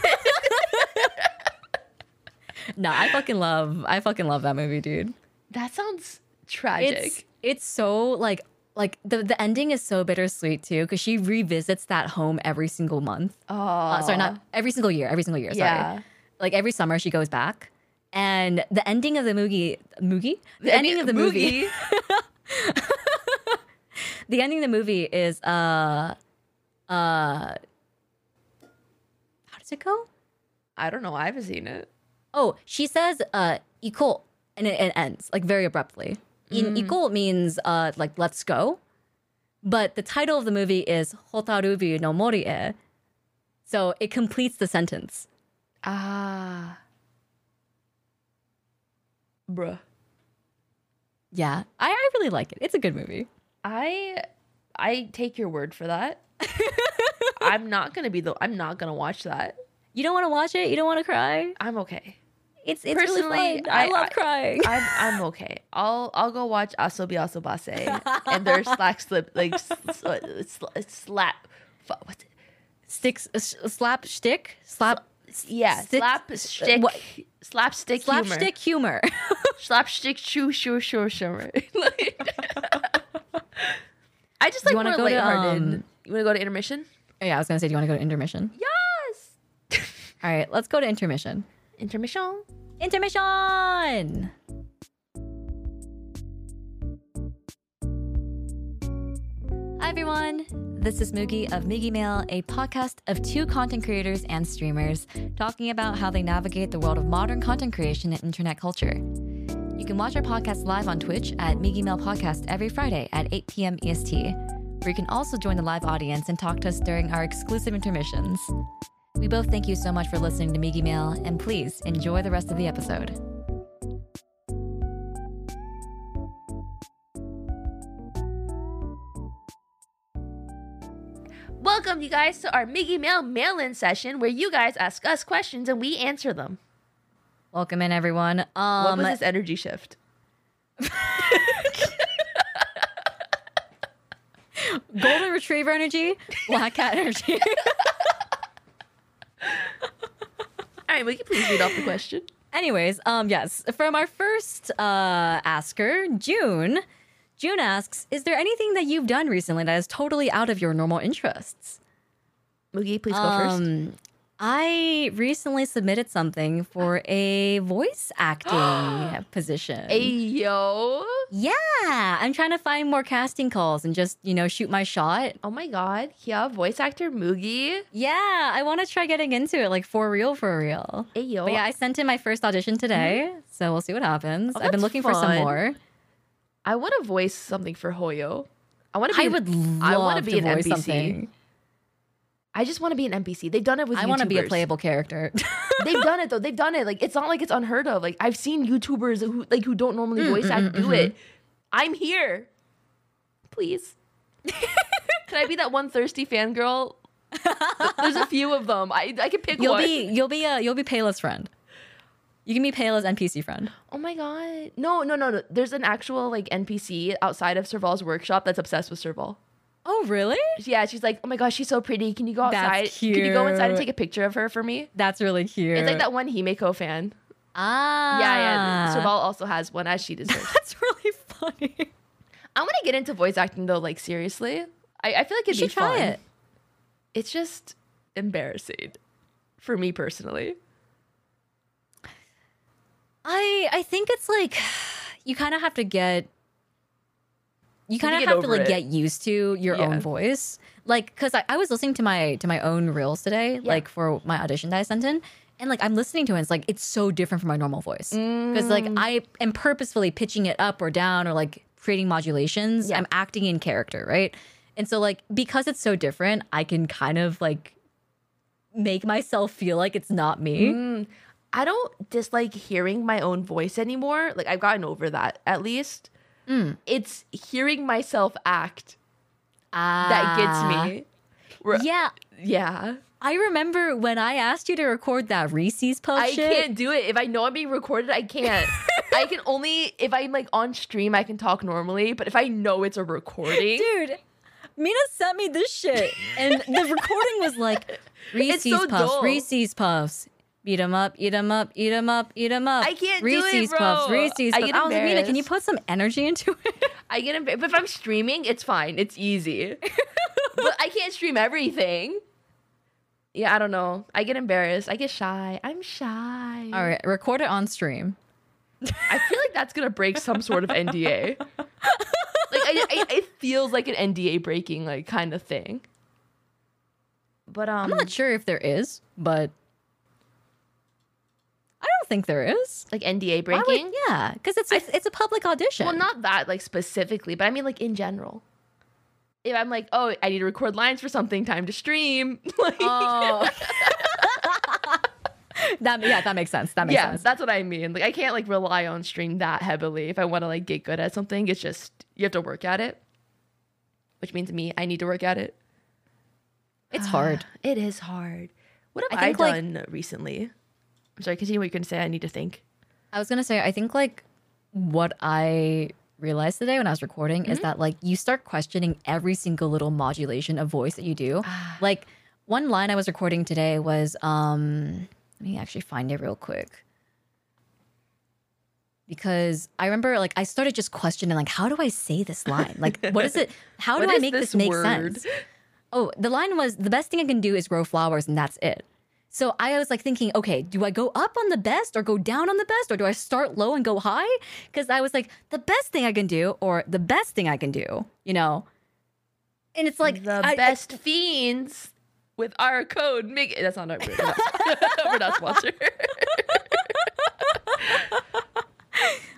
no, I fucking love I fucking love that movie, dude.
that sounds tragic.
it's it's so like like the the ending is so bittersweet too because she revisits that home every single month.
oh,
Uh, sorry, not every single year. Every single year. Sorry.
yeah.
Like every summer, she goes back, and the ending of the movie, Moogie, the, ending of the movie,
Moogie.
the ending of the movie is uh, uh, how does it go?
I don't know. I haven't seen it.
Oh, she says uh, "iko," and it, it ends like very abruptly. In "iko" means uh, like let's go, but the title of the movie is "Hotarubi no Morie," so it completes the sentence.
Ah, bruh.
Yeah, I, I really like it. It's a good movie.
I I take your word for that. I'm not gonna be the. I'm not gonna watch that.
You don't want to watch it. You don't want to cry.
I'm okay.
It's it's really
Personally,
fun. I,
I-
love
I-
crying.
I'm I'm okay. I'll I'll go watch Asobi Asobase and their slack slip like s- s- sl- slap. fu- What's it?
Sticks, uh, sh- slap, shtick, slap,
Yeah,
Stick- uh,
slap stick,
what?
slapstick
slap,
humor,
shtick humor. Oh,
slapstick, shoo shoo shoo shimmer. I just like
You
more
wanna go to,
lighthearted.
um,
you want to go to intermission?
yeah, I was gonna say, do you want to go to intermission?
Yes.
All right, let's go to intermission.
Intermission.
Intermission. Hi everyone. This is Moogie of Moogie Mail, a podcast of two content creators and streamers talking about how they navigate the world of modern content creation and internet culture. You can watch our podcast live on Twitch at Moogie Mail Podcast every Friday at 8 p.m. EST. E where you can also join the live audience and talk to us during our exclusive intermissions. We both thank you so much for listening to Miggy Mail, and please enjoy the rest of the episode.
Welcome, you guys, to our Miggy Mail mail in session where you guys ask us questions and we answer them.
Welcome in, everyone.
What
Um,
was this energy shift?
golden retriever energy, black cat energy.
All right, we can please read off the question.
Anyways, um, yes, from our first uh, asker, June. June asks, "Is there anything that you've done recently that is totally out of your normal interests?"
Moogie, please go first.
Um, I recently submitted something for a voice acting position.
Ayo.
yeah, I'm trying to find more casting calls and just you know shoot my shot.
Oh my god. Yeah, voice actor Moogie.
Yeah, I want to try getting into it, like for real, for real.
Ayo.
But yeah, I sent in my first audition today, so we'll see what happens.
Oh,
I've been
that's
looking for some
fun.
more.
I want to voice something for Hoyo. I want to be.
I would love
I wanna
to
be an
voice
NPC.
something.
I just want to be an NPC. They've done it with.
I want to be a
YouTubers.
playable character.
They've done it though. They've done it. Like it's not like it's unheard of. Like I've seen YouTubers who like who don't normally
Mm,
voice act
mm-hmm.
do it. I'm here. Please. Can I be that one thirsty fangirl? Th- There's a few of them. I I can pick
you'll
one.
be you'll be a you'll be Payless friend. You can be Payless NPC friend.
oh my god. No, no, no, no. There's an actual like NPC outside of Serval's workshop that's obsessed with Serval.
Oh really?
Yeah, she's like, oh my gosh, she's so pretty. Can you go
That's
outside? Can you go inside and
cute.
take a picture of her for me?
That's really cute.
It's like that one Himeko fan.
Ah.
Yeah, yeah. Serval also has one as she deserves.
That's really funny.
I want to get into voice acting though, like seriously. I, I feel like it'd
You
be
should try
fun.
it.
It's just embarrassing for me personally.
I I think it's like you kind of have to get you kind
get
of have to
over
like
it.
get used to your
Yeah.
own voice. Like cuz I, I was listening to my to my own reels today like for my audition that I sent in and like I'm listening to it and it's like it's so different from my normal voice. Cuz like
Mm.
I am purposefully pitching it up or down or like creating modulations.
Yeah.
I'm acting in character, right? And so like because it's so different, I can kind of like make myself feel like it's not me.
Mm. I don't dislike hearing my own voice anymore. Like I've gotten over that at least. Mm. It's hearing myself act that
Ah.
gets me. We're-
Yeah,
yeah.
I remember when I asked you to record that Reese's Puff
I
shit.
can't do it. If I know I'm being recorded, I can't. I can only if I'm like on stream I can talk normally, but if I know it's a recording,
Dude, Mina sent me this shit, and the recording was like Reese's
so
Puffs,
dull.
Reese's Puffs. Beat 'em up, eat 'em up, eat 'em up, eat 'em up.
I can't do it,
Reese's Puffs,
bro.
Reese's
I
Puffs.
get
I was like, Mina, can you
embarrassed.
put some energy into it?
I get embarrassed. But if I'm streaming, it's fine. It's easy. but I can't stream everything. Yeah, I don't know. I get embarrassed. I get shy. I'm shy.
All right, record it on stream.
I feel like that's gonna break some sort of NDA. like I, I, it feels like an NDA breaking like kind of thing. But um,
I'm not sure if there is, but I don't think there is.
like NDA
Why would-
breaking.
yeah, because it's, it's it's a public audition.
Well, not that like specifically, but I mean like in general. If I'm like, oh, I need to record lines for something, time to stream. like,
Oh. that yeah, that makes sense. That makes
yeah,
sense.
that's what I mean. Like I can't like rely on stream that heavily if I want to like get good at something. It's just you have to work at it. Which means me, I need to work at it.
It's hard.
It is hard. What have
I
I,
think, like-
done recently? I'm sorry, continue what you're gonna say. I need to think.
I was gonna say, I think like what I realized today when I was recording is that like you start questioning every single little modulation of voice that you do. like one line I was recording today was, um, let me actually find it real quick. Because I remember like I started just questioning like how do I say this line? Like what is it how do
What
I
is
make this,
this
make
word?
sense? Oh, the line was the best thing I can do is grow flowers and that's it. So I was like thinking, okay, do I go up on the best or go down on the best or do I start low and go high? Cuz I was like the best thing I can do or the best thing I can do, you know. And it's like
the
I- I-
best fiends with our code make that's not our we're not, we're not sponsored.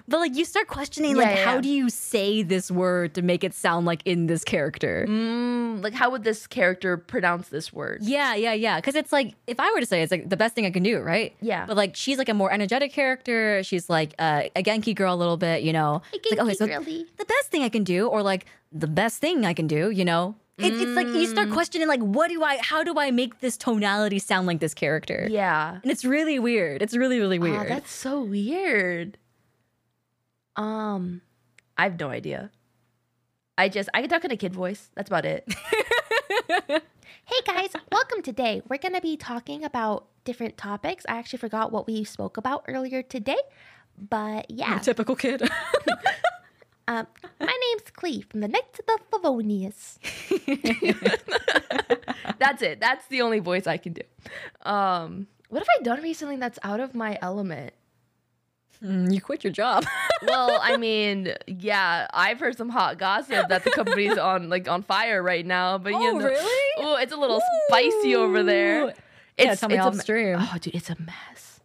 but like you start questioning
Yeah,
like
yeah,
how
yeah.
do you say this word to make it sound like in this character?
Mm, like, how would this character pronounce this word?
Yeah, yeah, yeah. Because it's like if I were to say, it, it's like the best thing I can do, right?
Yeah.
But like she's like a more energetic character. She's like uh, a Genki girl a little bit, you know. It's like, okay, so the best thing I can do, or like the best thing I can do, you know. It, It's like you
Mm.
start questioning, like, what do I? How do I make this tonality sound like this character?
Yeah.
And it's really weird. It's really, really
Wow,
weird.
that's so weird. Um, I have no idea. I just I can talk in a kid voice. That's about it.
Hey guys, welcome today. We're going to be talking about different topics. I actually forgot what we spoke about earlier today, but yeah.
typical kid.
Um, my name's Clee from the Knights of the Favonius.
that's it. That's the only voice I can do. Um, what have I done recently that's out of my element?
Mm, you quit your job.
Well, I mean, yeah, I've heard some hot gossip that the company's on like on fire right now. But you
Oh,
know,
really?
Oh, it's a little spicy over there.
Ooh.
It's
Yeah, tell me
it's a
off
me-
stream.
Oh, dude, it's a mess.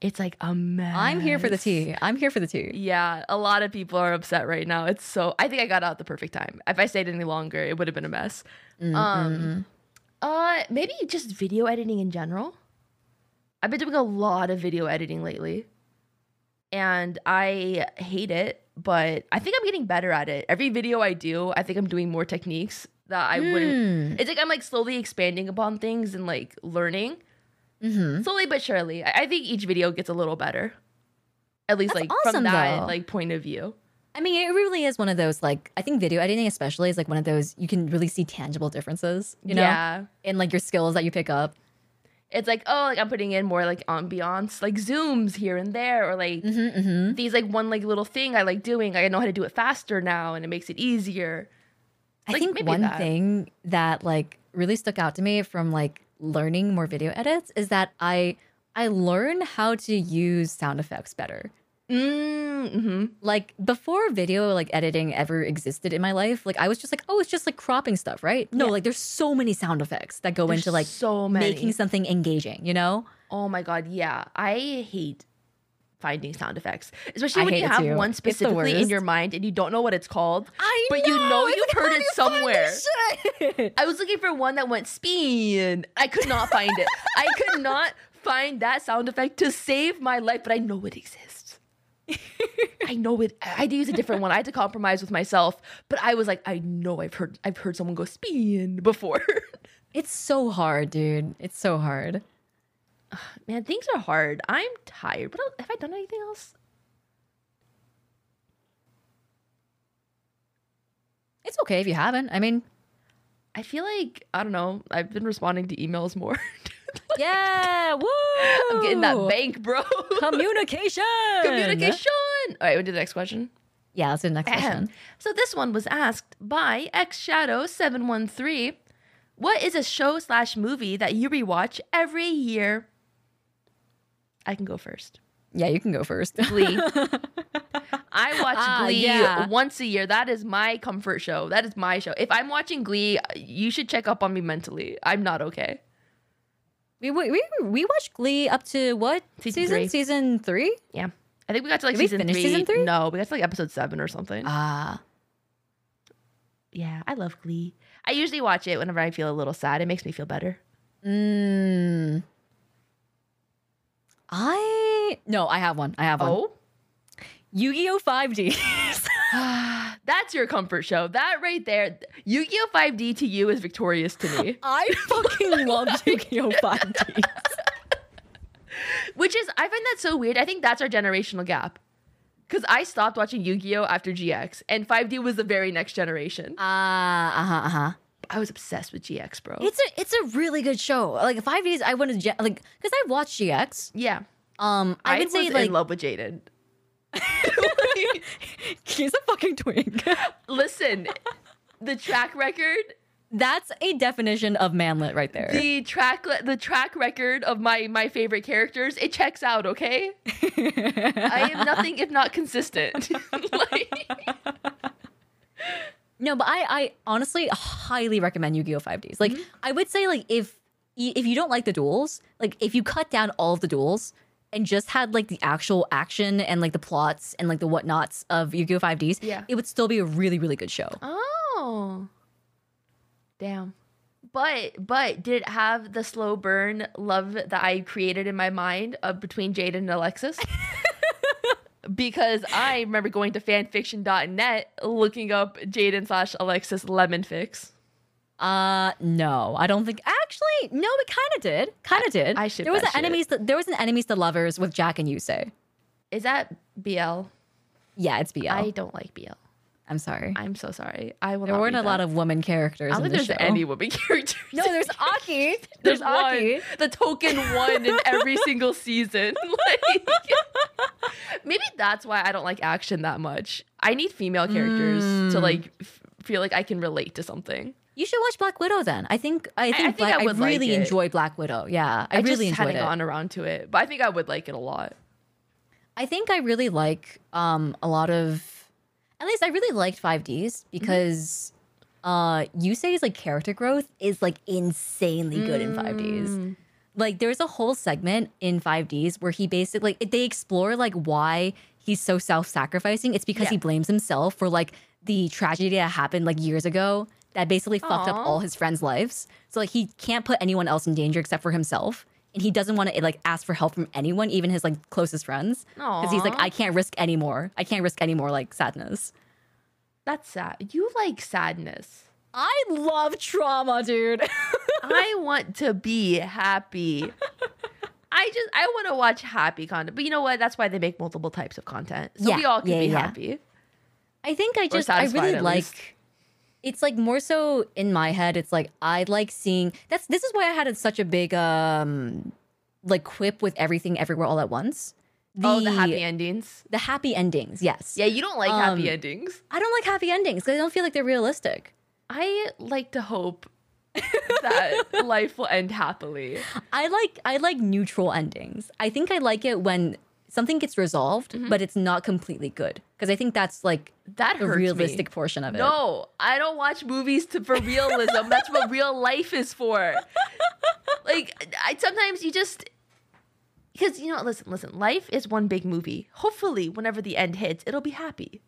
It's like a mess.
I'm here for the tea. I'm here for the tea.
Yeah, a lot of people are upset right now. It's so I think I got out at the perfect time. If I stayed any longer, it would have been a mess. Um uh maybe just video editing in general. I've been doing a lot of video editing lately. And I hate it, but I think I'm getting better at it. Every video I do, I think I'm doing more techniques that I wouldn't. It's like I'm like slowly expanding upon things and like learning.
Hmm. Mm-hmm.
Slowly but surely. I, I think each video gets a little better. At least
That's
like
awesome,
from that
though.
like point of view.
I mean, it really is one of those like I think video editing especially is like one of those you can really see tangible differences, you know,
Yeah.
in like your skills that you pick up.
It's like, oh, like I'm putting in more like ambiance, like zooms here and there, or like
Mm-hmm.
these like one like little thing I like doing. I know how to do it faster now and it makes it easier.
I
Like,
think
maybe
one
that.
thing that like really stuck out to me from like learning more video edits is that I I learn how to use sound effects better.
Mm-hmm.
Like before video like editing ever existed in my life, like I was just like, oh, it's just like cropping stuff, right? No, like there's so many sound effects that go into like
so many.
making something engaging, you know?
oh my god, yeah. I hate finding sound effects. Especially
I
when
hate
you
it
have
too.
one
It's the
specifically in
worst.
your mind and you don't know what it's called.
I
but you know
it's
you've
like, how
heard
do
it
you find
somewhere.
this shit?
I was looking for one that went spin. I could not find it. I could not find that sound effect to save my life, but I know it exists. I know it. I had to use a different one. I had to compromise with myself, but I was like, I know I've heard I've heard someone go spin before.
It's so hard, dude. It's so hard.
Man, things are hard. I'm tired. What else? have I done anything else?
It's okay if you haven't. I mean,
I feel like I don't know. I've been responding to emails more.
yeah, woo!
I'm getting that bank, bro.
communication.
Communication. All right, we do the next question.
Yeah, let's do the next
Ahem.
question.
So this one was asked by X Shadow seven one three. What is a show slash movie that you rewatch every year? I can go first.
Yeah, you can go first.
Glee. I watch
Ah,
Glee
yeah.
once a year. That is my comfort show. That is my show. If I'm watching Glee, you should check up on me mentally. I'm not okay.
we, we we we watched Glee up to what
Season
season?
three.
Season three.
Yeah. I think we got to like
Did we
season
finish
three.
season three?
No, we got to like episode seven or something.
Ah,
yeah, I love Glee. I usually watch it whenever I feel a little sad. It makes me feel better.
mm. I no, I have one. I have one.
Oh.
Yu-Gi-Oh! 5D.
That's your comfort show. That right there, Yu-Gi-Oh 5D to you is victorious to me.
I fucking love Yu-Gi-Oh! 5D.
Which is I find that so weird. I think that's our generational gap. Cuz I stopped watching Yu-Gi-Oh after GX and 5D was the very next generation.
Ah, uh
uh-huh,
huh, uh huh.
I was obsessed with GX, bro.
It's a it's a really good show. Like five days, I went to G- like because I've watched GX.
yeah.
Um, I,
I,
would
was
say
in
like
love with Jaden.
he's a fucking twink.
Listen, the track record,
That's a definition of manlet right there.
the track the track record of my my favorite characters, it checks out, okay? I am nothing if not consistent. like
no, but I I honestly highly recommend Yu Gi Oh Five Ds. Like
Mm-hmm.
I would say like if y- if you don't like the duels, like if you cut down all of the duels and just had like the actual action and like the plots and like the whatnots of Yu Gi Oh 5Ds,
Yeah.
it would still be a really, really good show.
Oh. Damn. But but did it have the slow burn love that I created in my mind of between Jade and Alexis? because I remember going to fanfiction.net looking up Jaden slash Alexis lemon fix.
Uh, no, I don't think. Actually, no, it kind of did. Kind of did.
I should
There was an
that shit.
enemies. To, there was an enemies to lovers with Jack and Yusei.
Is that BL?
Yeah, it's BL.
I
I,
don't like BL.
am sorry.
I'm so sorry. I will
there
not
weren't
read
a lot
that.
of woman characters.
I don't
in
think
this
there's
show.
any woman characters.
No, there's Aki.
There's
There's
one,
Aki.
the token one in every single season. Like, maybe that's why I don't like action that much. I need female characters to
Mm.
like f- feel like I can relate to something.
You should watch Black Widow then. I think. I think.
I
I,
think
Black,
I
I,
would like
really
it.
enjoy Black Widow. Yeah, I,
I,
really
just
enjoyed
hadn't
it.
gone around to it, but I think I would like it a lot.
I think I really like um a lot of at least I really liked
Mm-hmm.
5Ds because uh Yusei's like character growth is like insanely good in
Mm.
5Ds. Like there's a whole segment in 5Ds where he basically like, they explore like why he's so self-sacrificing. It's because
Yeah.
he blames himself for like the tragedy that happened like years ago that basically fucked up
Aw.
all his friends' lives. So like he can't put anyone else in danger except for himself. And he doesn't want to like ask for help from anyone, even his like closest friends because he's like,
Aw.
I can't risk any more. I can't risk any more like sadness.
That's sad. You like sadness.
I love trauma, dude.
I want to be happy. I just I want to watch happy content, but you know what? That's why they make multiple types of content, so
Yeah,
we all can
yeah,
be
yeah.
happy.
I think I
Or
just I
satisfied,
really
at
like.
least.
It's like more so in my head. It's like I like seeing. That's this is why I had such a big um like quip with everything everywhere all at once.
oh, the happy endings.
the happy endings. Yes.
Yeah, you don't like happy
Um,
endings.
I don't like happy endings because I don't feel like they're realistic.
I like to hope that life will end happily.
I like I like neutral endings. I think I like it when something gets resolved, but it's not completely good because I think that's like
That
the
hurts
realistic
me.
portion of it.
No, I don't watch movies to, for realism. That's what real life is for. Like, I sometimes you just because you know, listen, listen. Life is one big movie. Hopefully, whenever the end hits, it'll be happy.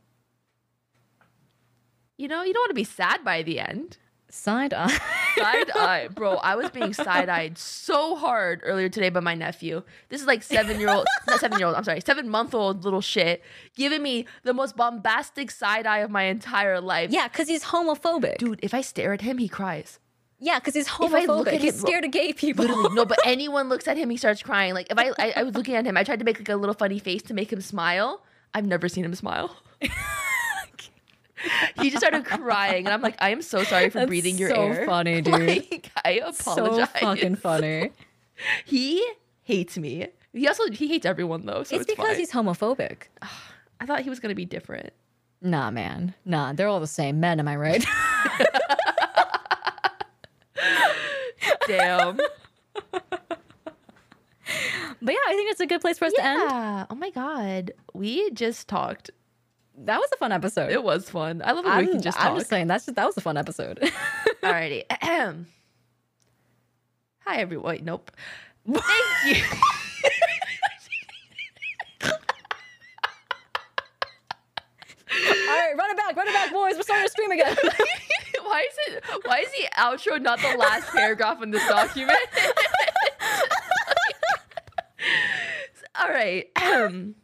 You know, you don't want to be sad by the end.
side eye.
side eye, bro. I was being side eyed so hard earlier today by my nephew. This is like seven year old, not seven year old. I'm sorry, seven month old little shit, giving me the most bombastic side eye of my entire life.
yeah, because he's homophobic.
dude. If I stare at him, he cries.
yeah, because he's
I look
homophobic.
at
he's
him-
scared of gay people.
Literally, no. But anyone looks at him, he starts crying. Like if I, I, I was looking at him, I tried to make like a little funny face to make him smile. I've never seen him smile. he just started crying, and I'm like, I am so sorry for
That's
breathing your
so
air.
funny, dude.
Like, I
so
apologize.
fucking funny.
He hates me. He also he hates everyone though, so
it's
it's,
because
fine.
he's homophobic.
I thought he was gonna be different.
Nah, man. Nah, they're all the same men. Am I right?
Damn.
but yeah, I think it's a good place for us to end.
yeah. Oh my god. We just talked.
That was a fun episode.
It was fun. I love when
I'm,
we can just
I'm
talk.
just saying that's just, that was a fun episode.
Alrighty. Ahem. Hi everyone. Wait, Nope. Thank you.
all right, run it back, run it back, boys. We're starting to stream again.
why is it? Why is the outro not the last paragraph in this document? All right. Um,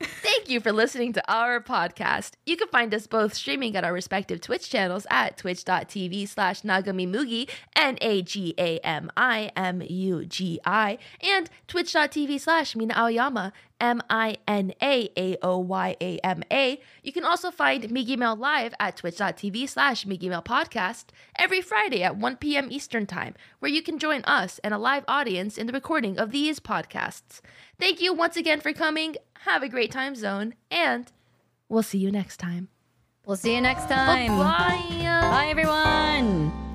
thank you for listening to our podcast. You can find us both streaming at our respective Twitch channels at twitch.tv slash nagamimugi, N-A-G-A-M-I-M-U-G-I, and twitch.tv slash minaoyama, M-I-N-A-A-O-Y-A-M-A. You can also find Migimel live at twitch.tv slash Migimel podcast every Friday at 1 p.m. Eastern Time, where you can join us and a live audience in the recording of these podcasts. Thank you once again for coming. Have a great time zone, and we'll see you next time.
we'll see you next time.
Bye.
Bye, everyone.